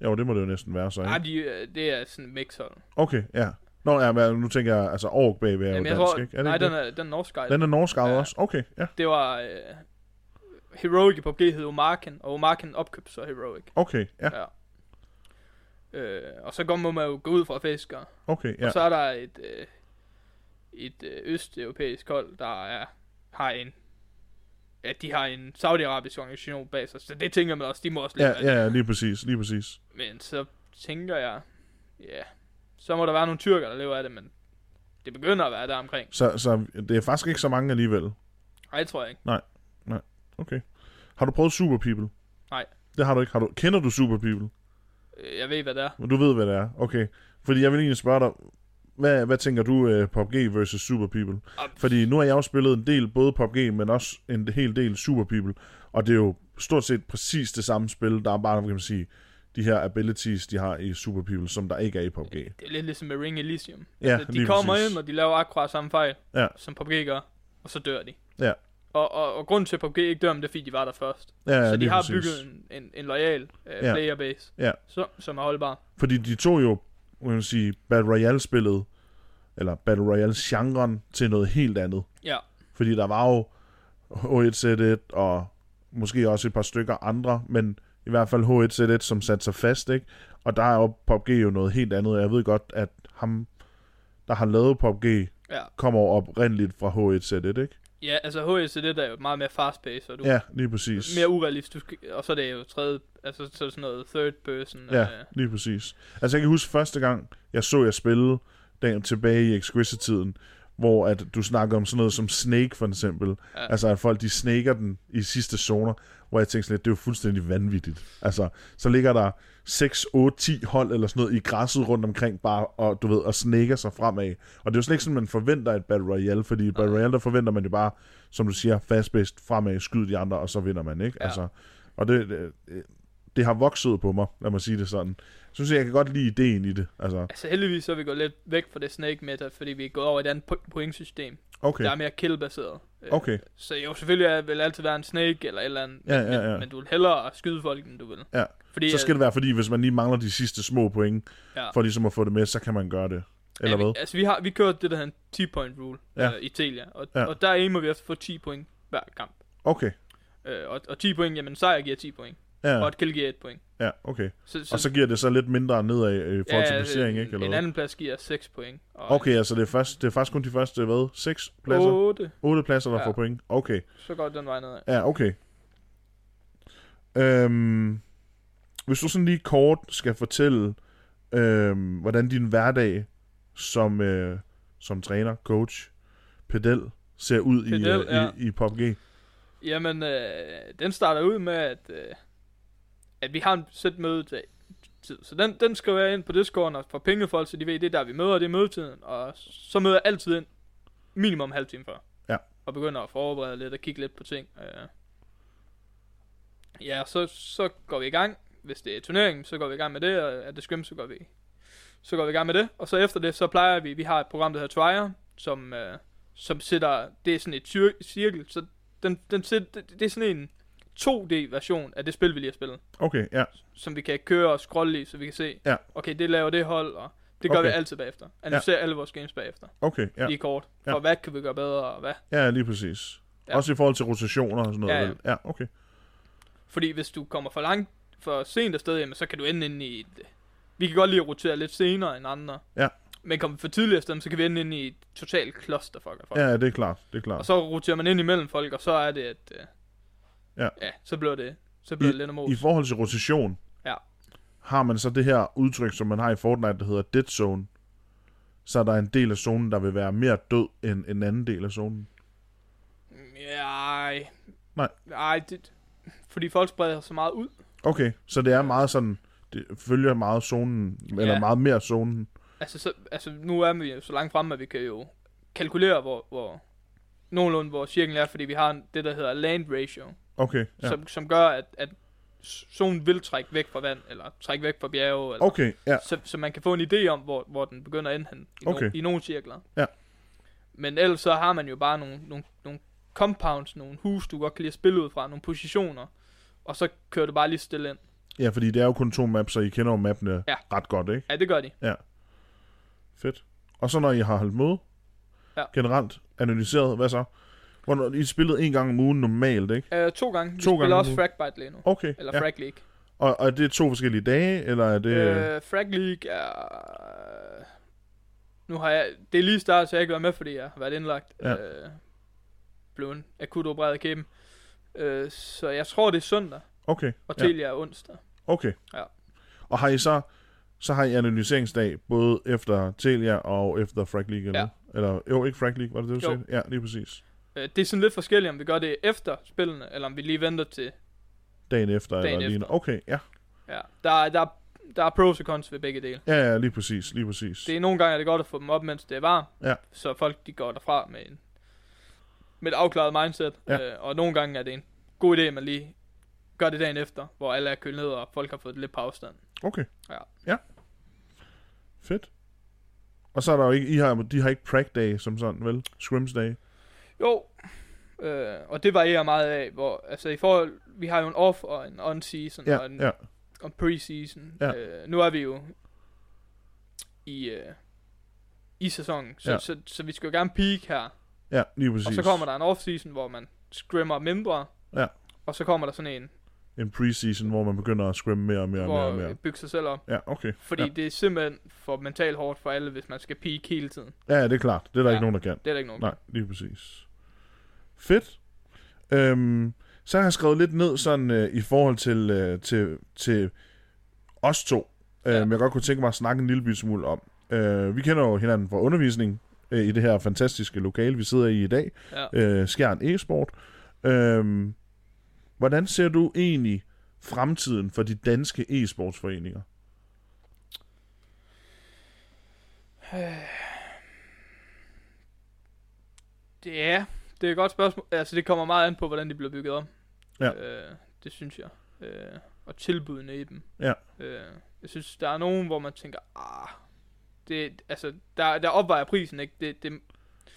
Speaker 1: Jo, det må det jo næsten være så,
Speaker 2: Nej,
Speaker 1: ikke?
Speaker 2: de, øh, det er sådan en mixhold.
Speaker 1: Okay, ja. Nå, ja, men nu tænker jeg, altså Aarhus bagved er jo dansk, ikke? Er det
Speaker 2: nej,
Speaker 1: ikke
Speaker 2: den
Speaker 1: det?
Speaker 2: er, den er norsk guide.
Speaker 1: den er norsk ja.
Speaker 2: Ja.
Speaker 1: også? Okay, ja.
Speaker 2: Det var... Øh, Heroic i PUBG hed Omarken, og Omarken opkøbte så Heroic.
Speaker 1: Okay, ja.
Speaker 2: Ja. Øh, og så går må man jo gå ud fra fiskere.
Speaker 1: Okay,
Speaker 2: Ja.
Speaker 1: ja.
Speaker 2: Og så er der et, øh, et øh, østeuropæisk hold, der er, har en Ja, de har en saudiarabisk organisation bag sig, så det tænker man også, de må også leve af
Speaker 1: Ja,
Speaker 2: det.
Speaker 1: ja, lige præcis, lige præcis.
Speaker 2: Men så tænker jeg, ja, så må der være nogle tyrker, der lever af det, men det begynder at være der omkring.
Speaker 1: Så, så det er faktisk ikke så mange alligevel.
Speaker 2: Nej, det tror jeg ikke.
Speaker 1: Okay. Har du prøvet Super People?
Speaker 2: Nej.
Speaker 1: Det har du ikke. Har du, kender du Super People?
Speaker 2: Øh, Jeg ved, hvad det er.
Speaker 1: Men Du ved, hvad det er. Okay. Fordi jeg vil egentlig spørge dig, hvad, hvad tænker du uh, PUBG versus Super People?
Speaker 2: Og-
Speaker 1: Fordi nu har jeg jo spillet en del, både PUBG, men også en hel del Super People. Og det er jo stort set præcis det samme spil. Der er bare, kan man sige, de her abilities, de har i Super People, som der ikke er i PUBG.
Speaker 2: Det er lidt ligesom med Ring Elysium.
Speaker 1: Ja,
Speaker 2: altså, de
Speaker 1: lige
Speaker 2: kommer
Speaker 1: præcis.
Speaker 2: ind, og de laver akkurat samme fejl,
Speaker 1: Ja.
Speaker 2: som PUBG gør, og så dør de.
Speaker 1: Ja.
Speaker 2: Og, og, og grunden til, at PUBG ikke dør dem, det er, fordi de var der først.
Speaker 1: Ja,
Speaker 2: så de
Speaker 1: lige
Speaker 2: har
Speaker 1: præcis.
Speaker 2: bygget en, en, en lojal uh,
Speaker 1: Ja.
Speaker 2: playerbase,
Speaker 1: Ja.
Speaker 2: så, som er holdbar.
Speaker 1: Fordi de tog jo, må man sige, Battle Royale-spillet, eller Battle Royale-genren, til noget helt andet.
Speaker 2: Ja,
Speaker 1: Fordi der var jo H1Z1 og måske også et par stykker andre, men i hvert fald H1Z1, som satte sig fast, ikke? Og der er jo PUBG jo noget helt andet, og jeg ved godt, at ham, der har lavet PUBG,
Speaker 2: ja.
Speaker 1: kommer jo oprindeligt fra H1Z1, ikke?
Speaker 2: Ja, altså HS er det, der er jo meget mere fast-paced, og du
Speaker 1: Ja, lige præcis.
Speaker 2: mere urealistisk, og så er det jo tredje, altså så er det sådan noget third person.
Speaker 1: Ja,
Speaker 2: øh,
Speaker 1: lige præcis. Altså jeg kan huske første gang, jeg så jer spille den tilbage i Exquisite-tiden, hvor at du snakker om sådan noget som Snake for eksempel. Ja.
Speaker 2: Ja.
Speaker 1: Altså at folk de snaker den i sidste zoner, hvor jeg tænkte sådan lidt, det er jo fuldstændig vanvittigt. Altså så ligger der 6, 8, 10 hold eller sådan noget i græsset rundt omkring bare, og du ved, og snaker sig fremad. Og det er jo slet ikke sådan, man forventer et Battle Royale, fordi i Battle Royale, der forventer man jo bare, som du siger, fast-based fremad, skyd de andre, og så vinder man, ikke?
Speaker 2: Ja.
Speaker 1: Altså, og det, det, det har vokset på mig, lad mig sige det sådan. Jeg synes, jeg kan godt lide ideen i det. Altså,
Speaker 2: Altså heldigvis så er vi gået lidt væk fra det snake meta, fordi vi er gået over i et andet po- pointsystem,
Speaker 1: okay,
Speaker 2: der er mere kill-baseret. Øh,
Speaker 1: okay,
Speaker 2: Så jo, selvfølgelig er- vil altid være en snake eller et eller andet,
Speaker 1: Ja, ja,
Speaker 2: men,
Speaker 1: ja.
Speaker 2: men du vil hellere skyde folk, end du vil.
Speaker 1: ja.
Speaker 2: Fordi,
Speaker 1: Så skal det være, fordi hvis man lige mangler de sidste små point,
Speaker 2: Ja.
Speaker 1: for ligesom at få det med, så kan man gøre det. Eller
Speaker 2: ja,
Speaker 1: hvad?
Speaker 2: Vi, altså vi har vi kørte det, der hedder en 10-point rule
Speaker 1: Ja.
Speaker 2: ja. øh, i Telia, og,
Speaker 1: Ja.
Speaker 2: ja. og der aimer vi efter at få 10 point hver kamp.
Speaker 1: Okay,
Speaker 2: Øh, og, og 10 point, jamen sejr giver 10 point.
Speaker 1: Ja,
Speaker 2: ja. og at Kiel giver et point.
Speaker 1: ja, okay.
Speaker 2: Så, så,
Speaker 1: Og så giver det så lidt mindre nedad øh, i forhold til placering,
Speaker 2: en,
Speaker 1: ikke? Eller
Speaker 2: en
Speaker 1: hvad?
Speaker 2: anden plads giver 6 point. Og
Speaker 1: Okay, altså det er, først, det er faktisk kun de første, hvad? 6 pladser?
Speaker 2: 8,
Speaker 1: 8 pladser, der ja.
Speaker 2: Ja.
Speaker 1: får point. Okay.
Speaker 2: så går det den vej nedad.
Speaker 1: Ja, okay. Øhm, hvis du sådan lige kort skal fortælle, øhm, hvordan din hverdag som, øh, som træner, coach, pedel, ser ud i,
Speaker 2: Pedel,
Speaker 1: øh,
Speaker 2: ja.
Speaker 1: i, i PUBG.
Speaker 2: Jamen, øh, den starter ud med, at, øh, at vi har en sæt mødedag. Tid. Så den, den skriver jeg ind på Discorden og får penge folk, så de ved, det er der, vi møder, det er mødetiden. Og så møder jeg altid ind minimum en halv time før.
Speaker 1: Ja.
Speaker 2: Og begynder at forberede lidt og kigge lidt på ting. Øh. Ja, så, så går vi i gang. Hvis det er turnering, så går vi i gang med det, og er det scrim, så går vi så går vi i gang med det. Og så efter det, så plejer vi, vi har et program, der hedder Trier, som, øh, som sætter, det er sådan et cir- cirkel, så den, den sæt, det, det er sådan en 2D-version af det spil, vi lige har spillet,
Speaker 1: Okay, ja.
Speaker 2: som vi kan køre og scrolle i, så vi kan se,
Speaker 1: Ja.
Speaker 2: okay, det laver det hold, og det gør
Speaker 1: Okay.
Speaker 2: vi altid bagefter. Analyserer alle vores games bagefter,
Speaker 1: Okay, ja.
Speaker 2: ja. lige kort.
Speaker 1: Ja.
Speaker 2: For hvad kan vi gøre bedre, og hvad?
Speaker 1: Ja, lige præcis. Ja.
Speaker 2: Ja.
Speaker 1: Også i forhold til rotationer og sådan noget.
Speaker 2: Ja, ja.
Speaker 1: vel? ja okay.
Speaker 2: Fordi hvis du kommer for langt, for sent afsted, jamen, så kan du ende inde i et... Vi kan godt lide at rotere lidt senere end andre.
Speaker 1: Ja.
Speaker 2: Men kommer vi for tidligt afsted, så kan vi ende inde i et totalt klosterfuck af folk.
Speaker 1: Ja, det er klart. Det er
Speaker 2: Og
Speaker 1: klart.
Speaker 2: så roterer man ind imellem folk, og så er det, at... Øh,
Speaker 1: Ja.
Speaker 2: ja. så bliver det, så bliver det lidt om
Speaker 1: I forhold til rotation,
Speaker 2: Ja.
Speaker 1: har man så det her udtryk, som man har i Fortnite, der hedder dead zone. Så er der en del af zonen, der vil være mere død end en anden del af zonen.
Speaker 2: Nej.
Speaker 1: Nej.
Speaker 2: Nej, det, fordi folk spreder så meget ud.
Speaker 1: Okay, så det er meget sådan, det følger meget zonen, ja. eller
Speaker 2: Ja.
Speaker 1: meget mere zonen.
Speaker 2: Altså, så, altså nu er vi jo så langt fremme, at vi kan jo kalkulere, hvor, hvor nogenlunde hvor cirklen er, fordi vi har en- det, der hedder land ratio,
Speaker 1: Okay,
Speaker 2: ja.
Speaker 1: ja.
Speaker 2: som, som gør, at, at zonen vil trække væk fra vand, eller trække væk fra bjerge, eller,
Speaker 1: Okay, ja,
Speaker 2: så, så man kan få en idé om, hvor, hvor den begynder at ende hen, i,
Speaker 1: Okay.
Speaker 2: no, i nogle cirkler.
Speaker 1: Ja.
Speaker 2: Men ellers så har man jo bare nogle, nogle, nogle compounds, nogle hus, du godt kan lide at spille ud fra, nogle positioner, og så kører du bare lige stille ind.
Speaker 1: ja, fordi det er jo kun to maps, så I kender jo mappene ja.
Speaker 2: Ja.
Speaker 1: ret godt, ikke?
Speaker 2: Ja, det gør de.
Speaker 1: Fedt. Og så når I har holdt møde,
Speaker 2: Ja.
Speaker 1: generelt analyseret, hvad så? Hvornår, I spillede en gang om ugen normalt, ikke?
Speaker 2: Uh, to gange. Vi
Speaker 1: To gange
Speaker 2: spiller
Speaker 1: om
Speaker 2: også
Speaker 1: ugen.
Speaker 2: Fragbite lige nu.
Speaker 1: Okay,
Speaker 2: Eller
Speaker 1: ja.
Speaker 2: Frag League.
Speaker 1: Og, og er det to forskellige dage, eller er det... Øh,
Speaker 2: Øh, Frag League er... Nu har jeg... Det er lige startet, så jeg ikke var med, fordi jeg har været indlagt.
Speaker 1: Ja.
Speaker 2: Øh, blev en akut opereret af kæben. Øh, så jeg tror, det er søndag.
Speaker 1: okay,
Speaker 2: Og
Speaker 1: ja,
Speaker 2: Telia er onsdag.
Speaker 1: okay.
Speaker 2: Ja.
Speaker 1: Og har I så... Så har I analyseringsdag, både efter Telia og efter Frag League, eller?
Speaker 2: Ja.
Speaker 1: Eller, jo, ikke Frag League, var det det, du
Speaker 2: Jo.
Speaker 1: sagde? Ja, lige præcis.
Speaker 2: Øh, det er sådan lidt forskelligt, om vi gør det efter spillene, eller om vi lige venter til...
Speaker 1: Dagen efter,
Speaker 2: Dagen
Speaker 1: eller lignende.
Speaker 2: efter.
Speaker 1: Okay, ja.
Speaker 2: Ja. Der, er- der, er- der er pros og cons ved begge dele.
Speaker 1: Ja, ja, lige præcis, lige præcis.
Speaker 2: Det er nogle gange er det godt at få dem op, mens det er varmt.
Speaker 1: Ja.
Speaker 2: Så folk de går derfra med, en, med et afklaret mindset.
Speaker 1: Ja.
Speaker 2: Øh, og nogle gange er det en god idé, at man lige gør det dagen efter, hvor alle er kølet ned, og folk har fået lidt på afstand.
Speaker 1: Okay.
Speaker 2: Ja.
Speaker 1: Ja. Fedt. Og så er der jo ikke, I har, de har ikke prag day som sådan, vel? Scrims day.
Speaker 2: Jo, øh, og det varierer meget af, hvor, altså i forhold, vi har jo en off og en on-season
Speaker 1: Ja,
Speaker 2: og en
Speaker 1: ja,
Speaker 2: og pre-season.
Speaker 1: Ja.
Speaker 2: Ja. Øh, nu er vi jo i, øh, i sæsonen, så,
Speaker 1: Ja.
Speaker 2: ja. så, så, så vi skal jo gerne peak her.
Speaker 1: ja, lige præcis.
Speaker 2: Og så kommer der en off-season, hvor man scrimmer mindre.
Speaker 1: Ja.
Speaker 2: Og så kommer der sådan en,
Speaker 1: En preseason, hvor man begynder at scrimme mere og mere og mere
Speaker 2: hvor
Speaker 1: og
Speaker 2: man
Speaker 1: mere.
Speaker 2: bygge sig selv op.
Speaker 1: Ja, okay.
Speaker 2: Fordi ja. det er simpelthen for mentalt hårdt for alle, hvis man skal peak hele tiden.
Speaker 1: Ja, ja det er klart. Det er der ja.
Speaker 2: Ja.
Speaker 1: ikke nogen, der kan.
Speaker 2: Det er der ikke nogen.
Speaker 1: Nej, lige præcis. Fedt. Øhm, så har jeg skrevet lidt ned sådan øh, i forhold til, øh, til, til os to. Øhm,
Speaker 2: Ja.
Speaker 1: Jeg godt kunne tænke mig at snakke en lille bitte smule om. Øh, vi kender jo hinanden fra undervisning øh, i det her fantastiske lokale, vi sidder i i dag.
Speaker 2: Ja.
Speaker 1: øh, Skjern e-sport. Øhm, hvordan ser du egentlig fremtiden for de danske e-sportsforeninger?
Speaker 2: Det er, det er et godt spørgsmål. Altså, det kommer meget an på, hvordan de bliver bygget op.
Speaker 1: Ja.
Speaker 2: Øh, det synes jeg. Øh, og tilbudene i dem.
Speaker 1: Ja.
Speaker 2: Øh, jeg synes, der er nogen, hvor man tænker, ah, det, altså, der, der opvejer prisen, ikke? Det, det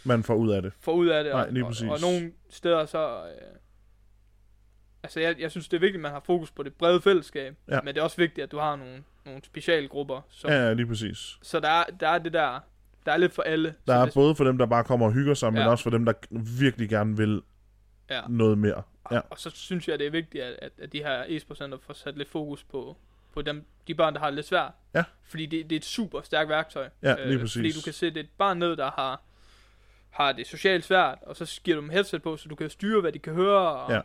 Speaker 1: Man får ud af det.
Speaker 2: får ud af det.
Speaker 1: Nej,
Speaker 2: og,
Speaker 1: lige
Speaker 2: og,
Speaker 1: præcis.
Speaker 2: og, nogle steder så... Øh, altså, jeg, jeg synes, det er vigtigt, at man har fokus på det brede fællesskab.
Speaker 1: Ja.
Speaker 2: Men det er også vigtigt, at du har nogle, nogle specialgrupper. Som,
Speaker 1: Ja, ja, lige præcis.
Speaker 2: Så der, er- der er det der... Der er lidt for alle.
Speaker 1: Der
Speaker 2: så
Speaker 1: er
Speaker 2: det,
Speaker 1: både for dem, der bare kommer og hygger sig, men
Speaker 2: Ja.
Speaker 1: også for dem, der virkelig gerne vil
Speaker 2: Ja.
Speaker 1: noget mere. Ja.
Speaker 2: Og så synes jeg, det er vigtigt, at, at, at de her e-sportscenter får sat lidt fokus på, på dem, de børn, der har det lidt svært.
Speaker 1: Ja.
Speaker 2: Fordi det, det er et super stærkt værktøj. øh,
Speaker 1: Ja, lige præcis.
Speaker 2: Fordi du kan sætte et barn ned, der har, har det socialt svært, og så giver du dem headset på, så du kan styre, hvad de kan høre. Og
Speaker 1: Ja.
Speaker 2: der er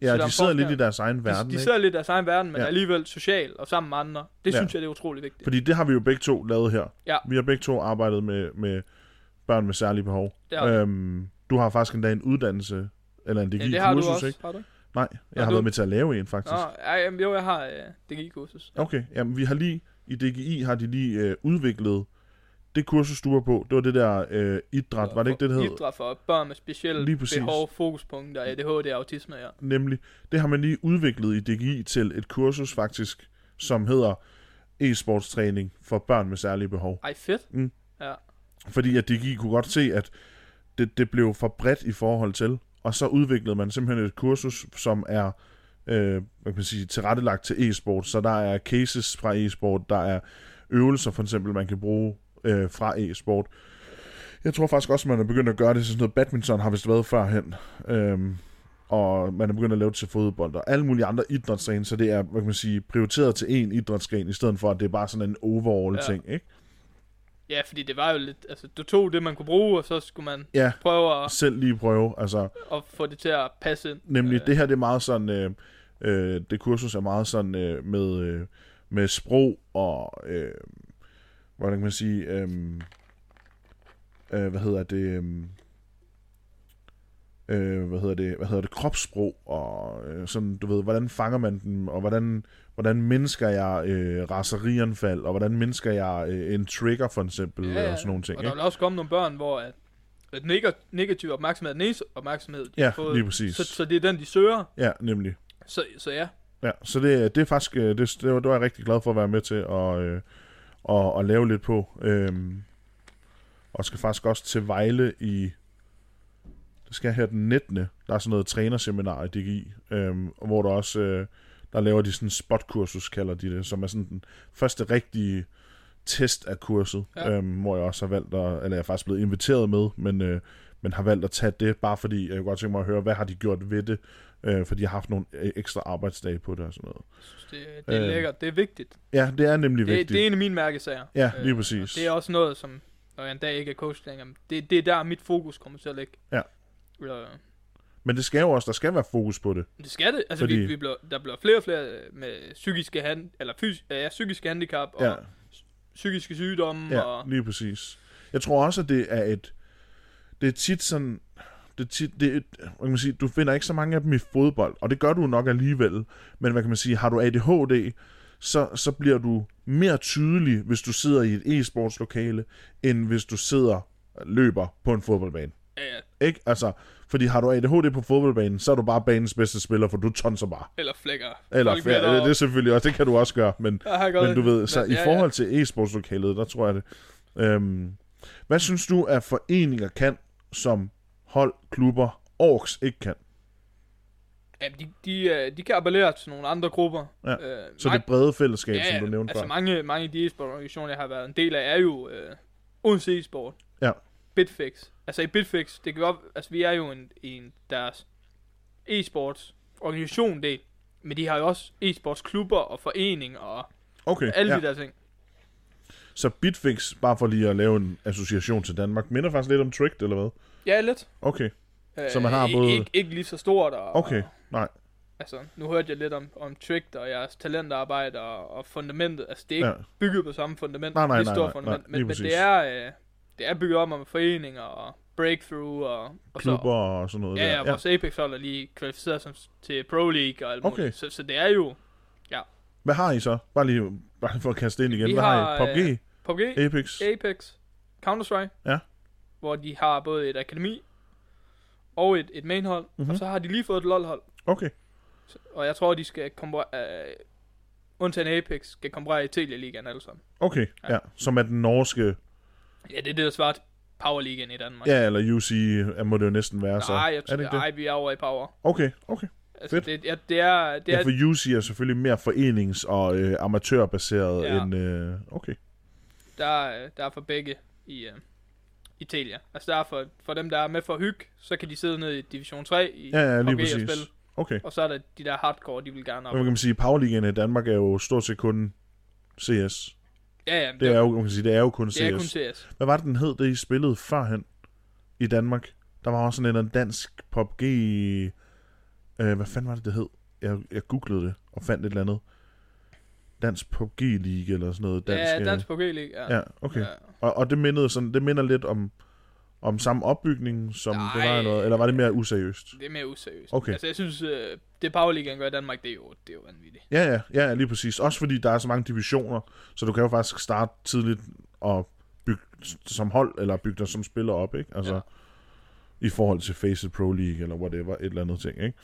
Speaker 1: Ja, de
Speaker 2: en
Speaker 1: sidder
Speaker 2: forskel.
Speaker 1: lidt i deres egen verden,
Speaker 2: de, de
Speaker 1: ikke?
Speaker 2: sidder lidt i deres egen verden, men
Speaker 1: Ja.
Speaker 2: ja. alligevel social og sammen med andre. Det
Speaker 1: Ja.
Speaker 2: ja. synes jeg, det er utrolig vigtigt.
Speaker 1: Fordi det har vi jo begge to lavet her.
Speaker 2: Ja.
Speaker 1: Vi har begge to arbejdet med, med børn med særlige behov.
Speaker 2: Det har vi.
Speaker 1: øhm, du har faktisk endda en uddannelse, eller en
Speaker 2: ja, det har
Speaker 1: DGI-kursus,
Speaker 2: du også,
Speaker 1: ikke?
Speaker 2: har du ikke?
Speaker 1: Nej, jeg
Speaker 2: Nå,
Speaker 1: har
Speaker 2: du- Ah,
Speaker 1: været med til at lave en, faktisk.
Speaker 2: Nå, ja, jamen, jo, jeg har øh, DGI-kursus.
Speaker 1: Okay, jamen vi har lige, i DGI har de lige øh, udviklet det kursus, du var på. Det var det der øh, idræt, var det ikke det, det hed?
Speaker 2: Idræt for børn med specielle
Speaker 1: Lige præcis.
Speaker 2: behov, fokuspunkter, ADHD og autisme, ja.
Speaker 1: Nemlig, det har man lige udviklet i DGI til et kursus, faktisk, som hedder e-sportstræning for børn med særlige behov.
Speaker 2: Ej, fedt.
Speaker 1: Fordi at DGI kunne godt se, at det, det blev for bredt i forhold til, og så udviklede man simpelthen et kursus, som er øh, hvad kan man sige, tilrettelagt til e-sport. Så der er cases fra e-sport, der er øvelser for eksempel, man kan bruge øh, fra e-sport. Jeg tror faktisk også, man er begyndt at gøre det til sådan noget. Badminton har vist været førhen. Øhm, og man er begyndt at lave det til fodbold og alle mulige andre idrætsgrene, så det er, hvad kan man sige, prioriteret til én idrætsgren, i stedet for, at det er bare sådan en overall
Speaker 2: Ja.
Speaker 1: ting, ikke?
Speaker 2: Ja, fordi det var jo lidt, altså du tog det, man kunne bruge, og så skulle man
Speaker 1: Ja.
Speaker 2: prøve at,
Speaker 1: Selv lige prøve, altså...
Speaker 2: at få det til at passe ind.
Speaker 1: Nemlig,
Speaker 2: Øh,
Speaker 1: det her det er meget sådan, øh, øh, det kursus er meget sådan øh, med, øh, med sprog og, øh, hvordan kan man sige, øh, øh, hvad hedder det, øh, øh, hvad hedder det, hvad hedder det, kropssprog og øh, sådan, du ved, hvordan fanger man dem, og hvordan, hvordan mindsker jeg øh, raserianfald, og hvordan mindsker jeg øh, en trigger for eksempel, ja, og sådan nogle ting,
Speaker 2: Og der
Speaker 1: ikke?
Speaker 2: vil også komme nogle børn, hvor at, at neg- negativ opmærksomhed er den eneste opmærksomhed, de
Speaker 1: Ja,
Speaker 2: har fået.
Speaker 1: lige præcis.
Speaker 2: Så, så det er den, de søger.
Speaker 1: Ja, nemlig.
Speaker 2: Så, så ja,
Speaker 1: Ja, så det, det er faktisk, øh, det, det, var, det var jeg rigtig glad for at være med til at, øh, at, at lave lidt på. Øhm, og skal faktisk også til Vejle i, det skal jeg her den 19. Der er sådan noget trænerseminar i DGI, øhm, og hvor der også, øh, der laver de sådan en spotkursus, kalder de det, som er sådan den første rigtige test af kurset, ja.
Speaker 2: Ja.
Speaker 1: øhm, hvor jeg også har valgt, at, eller jeg er faktisk blevet inviteret med, men, øh, men har valgt at tage det, bare fordi jeg kunne godt tænke mig at høre, hvad har de gjort ved det, øh, fordi jeg har haft nogle øh, ekstra arbejdsdage på det og sådan noget.
Speaker 2: jeg synes, det, det er
Speaker 1: Øh,
Speaker 2: øh, lækkert. Det er vigtigt.
Speaker 1: Ja, det er nemlig
Speaker 2: Det,
Speaker 1: vigtigt.
Speaker 2: det er en af mine mærkesager. Øh,
Speaker 1: Ja, lige
Speaker 2: og
Speaker 1: præcis.
Speaker 2: Det er også noget, som når jeg en dag ikke er coach længere, men det, det er der, mit fokus kommer til at ligge.
Speaker 1: Ja.
Speaker 2: Eller,
Speaker 1: Men det skal jo også, der skal være fokus på det.
Speaker 2: Det skal det. Altså,
Speaker 1: Fordi-
Speaker 2: Fordi... vi, vi bliver, der bliver flere og flere øh, med psykiske, han, eller fys, ja, psykiske handicap og
Speaker 1: Ja.
Speaker 2: ja. psykiske sygdomme. Ja.
Speaker 1: Ja,
Speaker 2: Og,
Speaker 1: lige præcis. Jeg tror også, at det er et... Det er tit sådan... Det er tit, det er et, hvad kan man sige, du finder ikke så mange af dem i fodbold, og det gør du nok alligevel. Men hvad kan man sige, har du ADHD, så, så bliver du mere tydelig, hvis du sidder i et e-sportslokale, end hvis du sidder løber på en fodboldbane.
Speaker 2: ja,
Speaker 1: Ikke? Altså, fordi har du ADHD på fodboldbanen, så er du bare banens bedste spiller, for du tonser bare.
Speaker 2: eller flækker.
Speaker 1: Eller,
Speaker 2: folk
Speaker 1: ja,
Speaker 2: med
Speaker 1: det,
Speaker 2: derovre.
Speaker 1: det er selvfølgelig også, det kan du også gøre, men,
Speaker 2: Ja, her går
Speaker 1: Men
Speaker 2: det.
Speaker 1: du ved, så
Speaker 2: Men-
Speaker 1: i forhold til e-sportslokalet, der tror jeg det. Øhm, hvad synes du, at foreninger kan, som hold, klubber, orks ikke kan?
Speaker 2: Ja, ja, de, de, øh, de kan appellere til nogle andre grupper.
Speaker 1: Ja.
Speaker 2: Øh,
Speaker 1: Så
Speaker 2: mange-
Speaker 1: det brede fællesskab, ja, som du nævnte
Speaker 2: altså
Speaker 1: altså før.
Speaker 2: mange, mange af de e-sportorganisationer, jeg har været en del af, er jo øh, Odense e-sport.
Speaker 1: Ja.
Speaker 2: Bitfix. Altså i Bitfix, det kan godt, altså vi er jo en, en deres e-sports organisation del, men de har jo også e-sports klubber og foreninger og
Speaker 1: Okay,
Speaker 2: alle ja.
Speaker 1: ja.
Speaker 2: de der ting.
Speaker 1: Så Bitfix, bare for lige at lave en association til Danmark, minder faktisk lidt om Tricked, eller hvad?
Speaker 2: Ja, lidt.
Speaker 1: Okay,
Speaker 2: Øh,
Speaker 1: Så man har
Speaker 2: i-
Speaker 1: både-
Speaker 2: Ikke, ikke lige så stort. Og,
Speaker 1: okay, nej.
Speaker 2: altså, nu hørte jeg lidt om, om Tricked og jeres talentarbejde og, og fundamentet. Altså, det er ikke
Speaker 1: Ja,
Speaker 2: ja. bygget på samme fundament.
Speaker 1: Nej, nej,
Speaker 2: lige så
Speaker 1: nej,
Speaker 2: stort
Speaker 1: nej,
Speaker 2: fundament,
Speaker 1: nej,
Speaker 2: men,
Speaker 1: lige
Speaker 2: men
Speaker 1: præcis.
Speaker 2: det er... Øh, det er bygget op om foreninger og breakthrough og, og så,
Speaker 1: klubber og sådan noget
Speaker 2: Ja, ja,
Speaker 1: der.
Speaker 2: vores Apex hold er lige kvalificeret som, til Pro League og alt
Speaker 1: Okay.
Speaker 2: muligt. Så, så det er jo
Speaker 1: Hvad har I så? Bare lige, bare lige for at kaste ind igen.
Speaker 2: Vi
Speaker 1: Hvad har I?
Speaker 2: har, øh,
Speaker 1: PUBG,
Speaker 2: PUBG,
Speaker 1: Apex?
Speaker 2: Apex, Counter-Strike,
Speaker 1: Ja.
Speaker 2: hvor de har både et akademi og et, et mainhold,
Speaker 1: Mhm.
Speaker 2: mm-hmm. og så har de lige fået et LoL-hold.
Speaker 1: Okay,
Speaker 2: Så- Og jeg tror, de skal konkurrere, øh, undtagen Apex, skal konkurrere i Telia Ligaen alle sammen.
Speaker 1: okay, ja. Som er den norske,
Speaker 2: Ja, det er det, der svarer til Power Ligaen i Danmark.
Speaker 1: ja, eller UC, må det jo næsten være så.
Speaker 2: nej, jeg
Speaker 1: er det ikke det?
Speaker 2: nej, vi er over i Power.
Speaker 1: Okay, okay.
Speaker 2: Altså,
Speaker 1: Fedt.
Speaker 2: det, ja, det er, det
Speaker 1: Ja,
Speaker 2: er,
Speaker 1: for UC er selvfølgelig mere forenings- og øh, amatørbaseret ja.
Speaker 2: Ja.
Speaker 1: end... Øh, okay,
Speaker 2: der, er- der er for begge i, øh, Italia. Altså der er for, for dem, der er med for hygge, så kan de sidde nede i Division 3 i
Speaker 1: Ja, ja, lige
Speaker 2: hockey og
Speaker 1: præcis.
Speaker 2: spille.
Speaker 1: Okay.
Speaker 2: Og så er der de der hardcore, de vil gerne op.
Speaker 1: Men man kan sige, Powerligaen i Danmark er jo stort set kun CS.
Speaker 2: Ja, ja, men
Speaker 1: Det er jo, man kan sige, det er jo kun CS.
Speaker 2: det er kun CS.
Speaker 1: Hvad var det, den hed, det I spillede førhen i Danmark? Der var også sådan en eller anden dansk PUBG... Øh, hvad fanden var det, det hed? Jeg, jeg googlede det og fandt et eller andet. Dansk PUBG League eller sådan noget. Dansk,
Speaker 2: Dansk, ja,
Speaker 1: øh,
Speaker 2: dansk på G-League, ja.
Speaker 1: Ja, okay. Ja.
Speaker 2: Ja.
Speaker 1: Og, og det, mindede sådan, det minder lidt om, om samme opbygning, som Nej. det
Speaker 2: Nej.
Speaker 1: var i noget. Eller var det mere useriøst?
Speaker 2: Det er mere useriøst.
Speaker 1: Okay.
Speaker 2: Altså, jeg synes, øh, det Powerligaen gør i Danmark, det er jo, det er jo vanvittigt.
Speaker 1: Ja, ja, ja, ja, lige præcis. Også fordi der er så mange divisioner, så du kan jo faktisk starte tidligt og bygge som hold, eller bygge dig som spiller op, ikke? Altså, ja.
Speaker 2: Ja.
Speaker 1: i forhold til Faceit Pro League, eller whatever, et eller andet ting, ikke?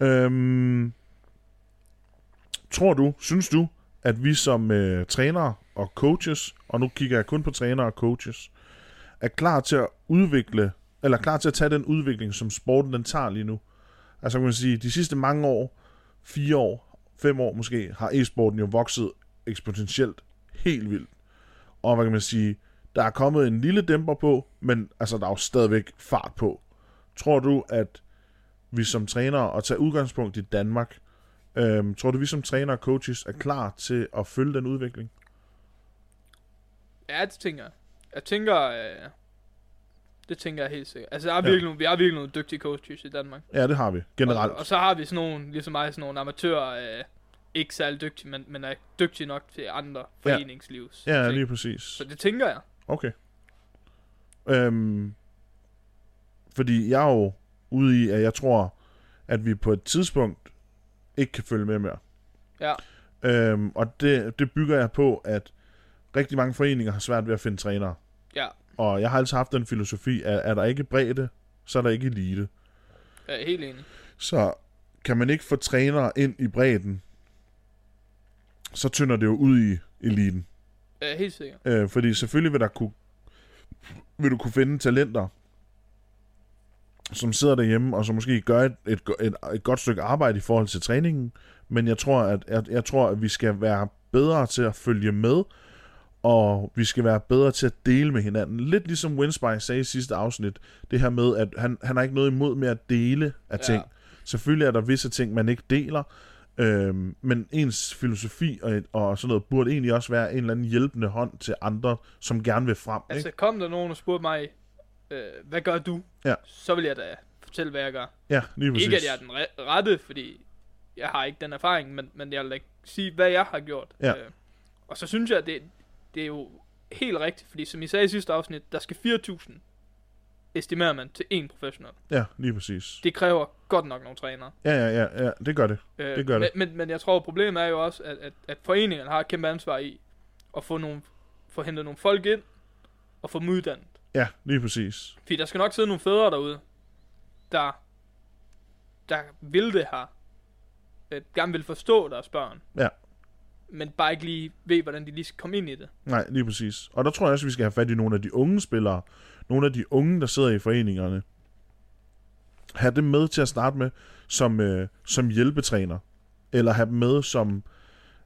Speaker 2: Ja.
Speaker 1: Øhm, tror du, synes du, at vi som øh, trænere og coaches, og nu kigger jeg kun på trænere og coaches, er klar til at udvikle, eller klar til at tage den udvikling, som sporten den tager lige nu? Altså kan man sige, de sidste mange år, fire år, fem år måske, har e-sporten jo vokset eksponentielt helt vildt. Og hvad kan man sige, der er kommet en lille dæmper på, men altså, der er jo stadigvæk fart på. Tror du, at vi som trænere, og tage udgangspunkt i Danmark, øhm, tror du, vi som trænere og coaches er klar til at følge den udvikling?
Speaker 2: Ja, det tænker jeg. Jeg tænker, øh, det tænker jeg helt sikkert. Altså, der er virkelig, nogle, vi har virkelig nogle dygtige coaches i Danmark.
Speaker 1: Ja, det har vi, generelt.
Speaker 2: Og, og så har vi sådan nogle, ligesom mig, sådan nogle amatører, øh, ikke særlig dygtige, men, men er dygtige nok til andre foreningslivs.
Speaker 1: Ja,
Speaker 2: ting.
Speaker 1: lige præcis.
Speaker 2: Så det tænker jeg.
Speaker 1: Okay. Øhm, fordi jeg er jo ude i, at jeg tror, at vi på et tidspunkt ikke kan følge med mere.
Speaker 2: Ja.
Speaker 1: Øhm, og det, det bygger jeg på, at rigtig mange foreninger har svært ved at finde trænere.
Speaker 2: Ja,
Speaker 1: Og jeg har altid haft den filosofi, at er der ikke bredde, så er der ikke elite.
Speaker 2: jeg er helt enig.
Speaker 1: Så kan man ikke få trænere ind i bredden, så tynder det jo ud i eliten.
Speaker 2: Jeg er helt sikker.
Speaker 1: Øh, fordi selvfølgelig vil, der kunne, vil du kunne finde talenter, som sidder derhjemme, og som måske gør et, et, go- et, et godt stykke arbejde i forhold til træningen. Men jeg tror, at, jeg, jeg tror, at vi skal være bedre til at følge med, og vi skal være bedre til at dele med hinanden. Lidt ligesom Winspy sagde i sidste afsnit, det her med, at han, han har ikke noget imod med at dele af
Speaker 2: Ja.
Speaker 1: ting. Selvfølgelig er der visse ting, man ikke deler, Øhm, men ens filosofi og, og sådan noget burde egentlig også være en eller anden hjælpende hånd til andre, som gerne vil frem. Altså,
Speaker 2: Altså, kom der nogen og spurgte mig, øh, hvad gør du?
Speaker 1: Ja.
Speaker 2: Så vil jeg da fortælle, hvad jeg gør.
Speaker 1: ja, lige præcis.
Speaker 2: Ikke at jeg er den re- rette, fordi jeg har ikke den erfaring, men, men jeg vil da ikke sige, hvad jeg har gjort.
Speaker 1: Ja.
Speaker 2: Øh, og så synes jeg, det, det er jo helt rigtigt, fordi som I sagde i sidste afsnit, der skal 4.000, estimerer man, til en professionel.
Speaker 1: Ja, lige præcis.
Speaker 2: Det kræver godt nok nogle trænere.
Speaker 1: Ja, ja, ja, ja, det gør det.
Speaker 2: Øh,
Speaker 1: Det gør det.
Speaker 2: Men, men, men jeg tror, problemet er jo også, at, at, at foreningerne har et kæmpe ansvar i at få, nogle, få hentet nogle folk ind og få dem uddannet.
Speaker 1: Ja, lige præcis.
Speaker 2: Fordi der skal nok sidde nogle fædre derude, der, der vil det her. Øh, gerne vil forstå deres børn.
Speaker 1: Ja.
Speaker 2: Men bare ikke lige ved, hvordan de lige skal komme ind i det.
Speaker 1: Nej, lige præcis. Og der tror jeg også, vi skal have fat i nogle af de unge spillere. Nogle af de unge, der sidder i foreningerne. Have dem med til at starte med som, øh, som hjælpetræner. Eller have dem med som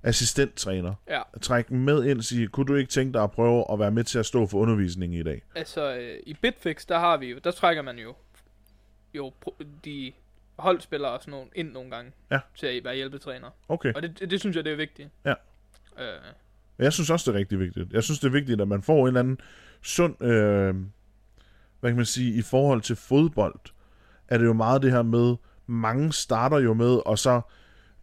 Speaker 1: assistenttræner.
Speaker 2: Ja,
Speaker 1: Træk dem med ind og sige, kunne du ikke tænke dig at prøve at være med til at stå for undervisningen i dag?
Speaker 2: altså øh, i Bitfix, der har vi jo, der trækker man jo, jo pro- de holdspillere og sådan nogle ind nogle gange
Speaker 1: Ja.
Speaker 2: til at være hjælpetræner.
Speaker 1: Okay.
Speaker 2: Og det, det, det synes jeg, det er vigtigt.
Speaker 1: Ja.
Speaker 2: Øh,
Speaker 1: Jeg synes også, det er rigtig vigtigt. Jeg synes, det er vigtigt, at man får en eller anden sund... Øh, hvad kan man sige? I forhold til fodbold, er det jo meget det her med, mange starter jo med, og så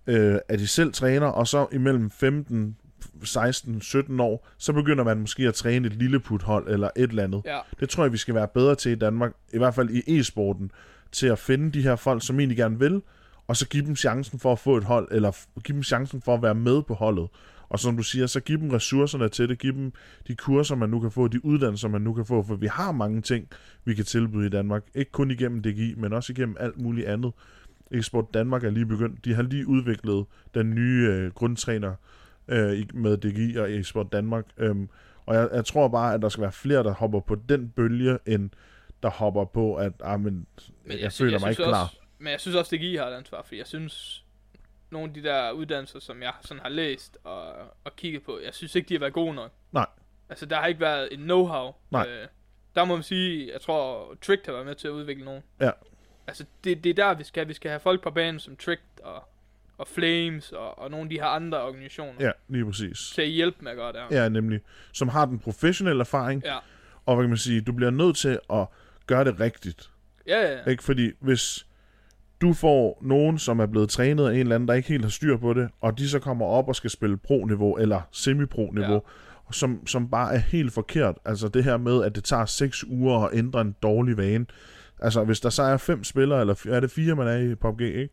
Speaker 1: øh, er de selv træner, og så imellem 15, 16, 17 år, så begynder man måske at træne et lilleputhold eller et eller andet.
Speaker 2: ja,
Speaker 1: Det tror jeg, vi skal være bedre til i Danmark, i hvert fald i e-sporten, til at finde de her folk, som egentlig gerne vil, og så give dem chancen for at få et hold, eller f- give dem chancen for at være med på holdet. Og som du siger, så give dem ressourcerne til det, give dem de kurser, man nu kan få, de uddannelser, man nu kan få, for vi har mange ting, vi kan tilbyde i Danmark. Ikke kun igennem DGI, men også igennem alt muligt andet. Eksport Danmark er lige begyndt. De har lige udviklet den nye øh, grundtræner øh, i- med DGI og Eksport Danmark. Øhm, og jeg, jeg tror bare, at der skal være flere, der hopper på den bølge, end der hopper på, at ah, men, men jeg, jeg
Speaker 2: sy-
Speaker 1: føler mig
Speaker 2: synes
Speaker 1: ikke klar.
Speaker 2: Også, men jeg synes også, det giver har et ansvar, fordi jeg synes, nogle af de der uddannelser, som jeg sådan har læst og, og kigget på, jeg synes ikke, de har været gode nok.
Speaker 1: Nej.
Speaker 2: Altså, der har ikke været en know-how
Speaker 1: Nej.
Speaker 2: Øh, der må man sige, jeg tror, Trick har været med til at udvikle nogen.
Speaker 1: Ja.
Speaker 2: Altså, det, det er der, vi skal Vi skal have folk på banen som Trick og, og Flames og, og nogle af de her andre organisationer.
Speaker 1: Ja, lige præcis.
Speaker 2: Til at hjælpe med at gøre det her.
Speaker 1: Ja, nemlig. Som har den professionelle erfaring,
Speaker 2: Ja.
Speaker 1: og hvad kan man sige, du bliver nødt til at gøre det rigtigt.
Speaker 2: Ja, ja.
Speaker 1: Ikke? Fordi hvis du får nogen, som er blevet trænet af en eller anden, der ikke helt har styr på det, og de så kommer op og skal spille pro-niveau eller semi-pro-niveau, ja. som, som bare er helt forkert. Altså det her med, at det tager 6 uger at ændre en dårlig vane. Altså hvis der så er fem spillere, eller f- er det fire, man er i PUBG, ikke?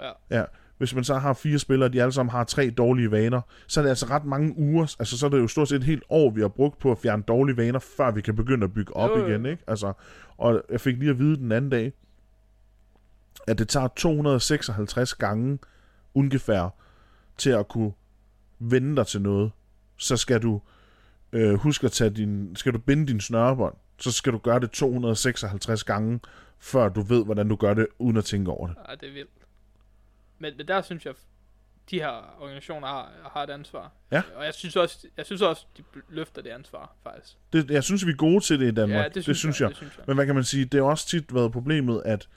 Speaker 2: Ja.
Speaker 1: ja. Hvis man så har fire spillere, og de alle sammen har tre dårlige vaner, så er det altså ret mange uger. Altså så er det jo stort set et helt år, vi har brugt på at fjerne dårlige vaner, før vi kan begynde at bygge op
Speaker 2: Jo, jo.
Speaker 1: igen, ikke? Altså, og jeg fik lige at vide den anden dag, at det tager 256 gange ungefær til at kunne vende dig til noget. Så skal du øh, huske at tage din, skal du binde din snørebånd, så skal du gøre det 256 gange, før du ved, hvordan du gør det, uden at tænke over det.
Speaker 2: ja Ah, det er vildt. Men, men der synes jeg, de her organisationer har, har et ansvar.
Speaker 1: Ja.
Speaker 2: Og jeg synes også, jeg synes også de løfter det ansvar, faktisk.
Speaker 1: det. Jeg synes, vi er gode til det i Danmark.
Speaker 2: ja, det synes,
Speaker 1: det synes jeg.
Speaker 2: Det synes jeg.
Speaker 1: Men hvad kan man sige, det har også tit været problemet, at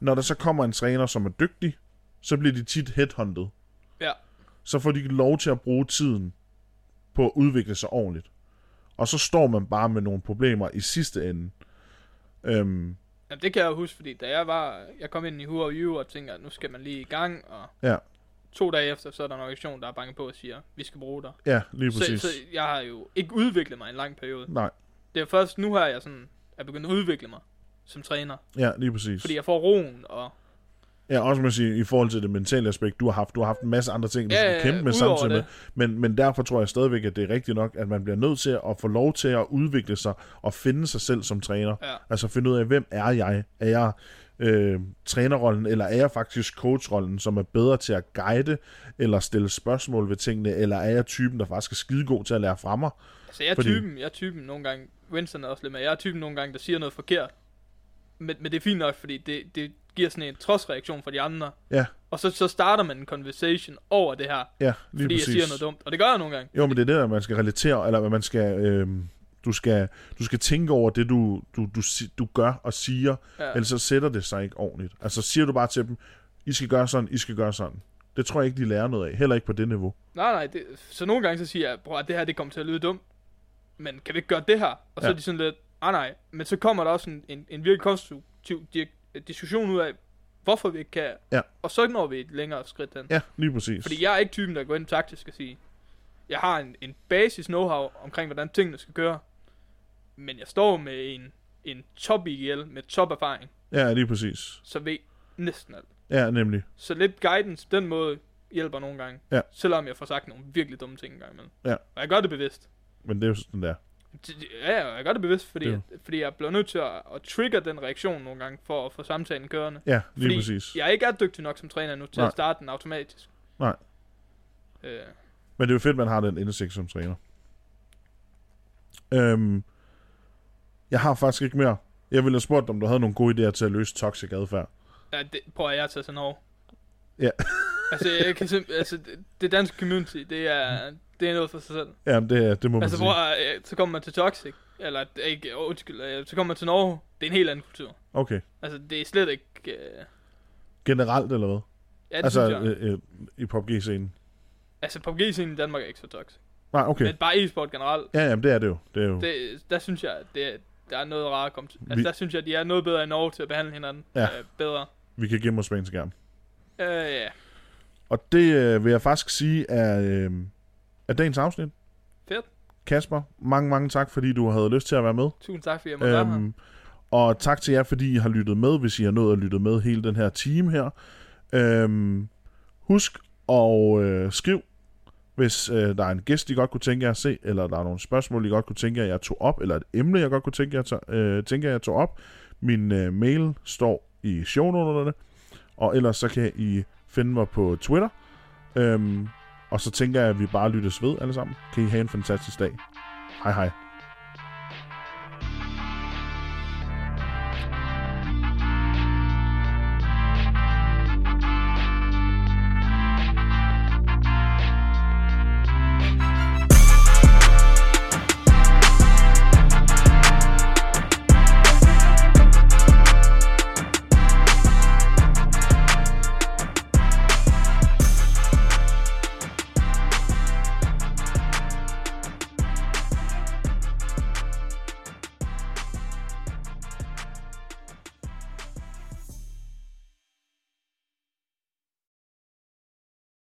Speaker 1: når der så kommer en træner, som er dygtig, så bliver de tit headhunted.
Speaker 2: Ja.
Speaker 1: Så får de ikke lov til at bruge tiden på at udvikle sig ordentligt. Og så står man bare med nogle problemer i sidste ende. Øhm,
Speaker 2: Jamen, det kan jeg jo huske, fordi da jeg var, jeg kom ind i Who Are You og tænker, at nu skal man lige i gang, og
Speaker 1: ja,
Speaker 2: to dage efter, så er der en organisation, der er banket på og siger, vi skal bruge dig.
Speaker 1: ja, lige
Speaker 2: Så,
Speaker 1: præcis.
Speaker 2: så, jeg har jo ikke udviklet mig i en lang periode.
Speaker 1: Nej,
Speaker 2: Det er først nu her, jeg sådan er begyndt at udvikle mig som træner,
Speaker 1: ja, lige præcis.
Speaker 2: fordi jeg får roen, og
Speaker 1: Ja, også man sige, i forhold til det mentale aspekt, du har haft. Du har haft en masse andre ting, du
Speaker 2: Ja,
Speaker 1: ja,
Speaker 2: ja,
Speaker 1: skal
Speaker 2: ja,
Speaker 1: kæmpe med
Speaker 2: udover
Speaker 1: samtidig med. Men, men derfor tror jeg stadigvæk, at det er rigtigt nok, at man bliver nødt til at få lov til at udvikle sig og finde sig selv som træner.
Speaker 2: Ja.
Speaker 1: Altså finde ud af, hvem er jeg? Er jeg øh, trænerrollen, eller er jeg faktisk coachrollen, som er bedre til at guide, eller stille spørgsmål ved tingene, eller er jeg typen, der faktisk er skidegod til at lære fra mig?
Speaker 2: altså jeg er
Speaker 1: Fordi-
Speaker 2: typen, jeg er typen nogle gange, Winston er også lidt med, jeg er typen nogle gange, der siger noget forkert. Men, men det er fint nok, fordi det, det giver sådan en trodsreaktion fra de andre.
Speaker 1: Ja,
Speaker 2: Og så, så starter man en conversation over det her,
Speaker 1: ja lige
Speaker 2: fordi
Speaker 1: præcis.
Speaker 2: jeg siger noget dumt. Og det gør jeg nogle gange.
Speaker 1: Jo, men det er det, at man skal relatere, eller at man skal, øh, du skal, du skal tænke over det, du, du, du, si- du gør og siger,
Speaker 2: Ja.
Speaker 1: ellers så sætter det sig ikke ordentligt. Altså siger du bare til dem, I skal gøre sådan, I skal gøre sådan. Det tror jeg ikke, de lærer noget af, heller ikke på det niveau.
Speaker 2: Nej, nej, det, så nogle gange så siger jeg, bror, det her det kommer til at lyde dumt, men kan vi ikke gøre det her? Og så
Speaker 1: Ja.
Speaker 2: er de sådan lidt, ah nej, men så kommer der også en, en, en virkelig konstruktiv di- diskussion ud af, hvorfor vi ikke kan,
Speaker 1: Ja.
Speaker 2: og så når vi et længere skridt hen.
Speaker 1: Ja, lige præcis.
Speaker 2: Fordi jeg er ikke typen, der går ind taktisk og sige, jeg har en, en basis know-how omkring, hvordan tingene skal køre, men jeg står med en, en top IGL med top erfaring,
Speaker 1: Ja, lige præcis.
Speaker 2: så ved næsten alt.
Speaker 1: Ja, nemlig.
Speaker 2: Så lidt guidance, den måde, hjælper nogle gange.
Speaker 1: Ja.
Speaker 2: Selvom jeg får sagt nogle virkelig dumme ting en gang imellem.
Speaker 1: Ja.
Speaker 2: Og jeg gør det bevidst.
Speaker 1: Men det er jo sådan der.
Speaker 2: Det- det- Ja, ja, jeg gør det bevidst, fordi,
Speaker 1: Det er
Speaker 2: fordi jeg bliver nødt til at, at trigge den reaktion nogle gange, for at få samtalen kørende.
Speaker 1: Ja, lige
Speaker 2: fordi
Speaker 1: præcis.
Speaker 2: jeg ikke er dygtig nok som træner nu til
Speaker 1: Nej.
Speaker 2: at starte den automatisk.
Speaker 1: Nej.
Speaker 2: Øh,
Speaker 1: Men det er jo fedt, man har den indsigt som træner. Øhm, jeg har faktisk ikke mere. Jeg ville have spurgt, om du havde nogle gode idéer til at løse toxic adfærd.
Speaker 2: ja, det, prøv at jeg tager sådan over.
Speaker 1: Ja.
Speaker 2: altså, jeg kan simp- altså, det, det danske community, det er, det er noget for sig selv.
Speaker 1: Jamen, det, det må man
Speaker 2: Altså,
Speaker 1: sige.
Speaker 2: hvor, øh, så kommer man til Toxic, eller øh, ikke, åh, undskyld, øh, så kommer man til Norge, det er en helt anden kultur.
Speaker 1: Okay.
Speaker 2: Altså, det er slet ikke... Øh,
Speaker 1: Generelt, eller hvad?
Speaker 2: ja, det altså,
Speaker 1: altså,
Speaker 2: synes jeg.
Speaker 1: øh, øh, i PUBG-scenen.
Speaker 2: Altså, PUBG-scenen i Danmark er ikke så toxic.
Speaker 1: Nej, okay.
Speaker 2: Okay. Men bare e-sport generelt,
Speaker 1: Ja, jamen, det er det jo. Det er jo. Det...
Speaker 2: det, der synes jeg, det, der er noget rart at komme til. Altså,
Speaker 1: Vi-
Speaker 2: der synes jeg, de er noget bedre i Norge til at behandle hinanden
Speaker 1: Ja.
Speaker 2: øh, bedre.
Speaker 1: Vi kan gemme os bag en skærm.
Speaker 2: Øh, ja,
Speaker 1: Og det øh, vil jeg faktisk sige er, øh, er dagens afsnit.
Speaker 2: fedt.
Speaker 1: Kasper, mange, mange tak, fordi du havde lyst til at være med.
Speaker 2: Tusind tak, fordi jeg måtte øhm, være her.
Speaker 1: og tak til jer, fordi I har lyttet med, hvis I har nået at lytte med hele den her time her. Øhm, husk og øh, skriv, hvis øh, der er en gæst, I godt kunne tænke jer at se, eller der er nogle spørgsmål, I godt kunne tænke jer, jeg tog op, eller et emne, jeg godt kunne tænke jer, tog- øh, tænke jer, jeg tog op. Min øh, mail står i shownoterne, og ellers så kan I finde mig på Twitter. Øhm, og så tænker jeg, at vi bare lyttes ved alle sammen. Kan I have en fantastisk dag. Hej hej.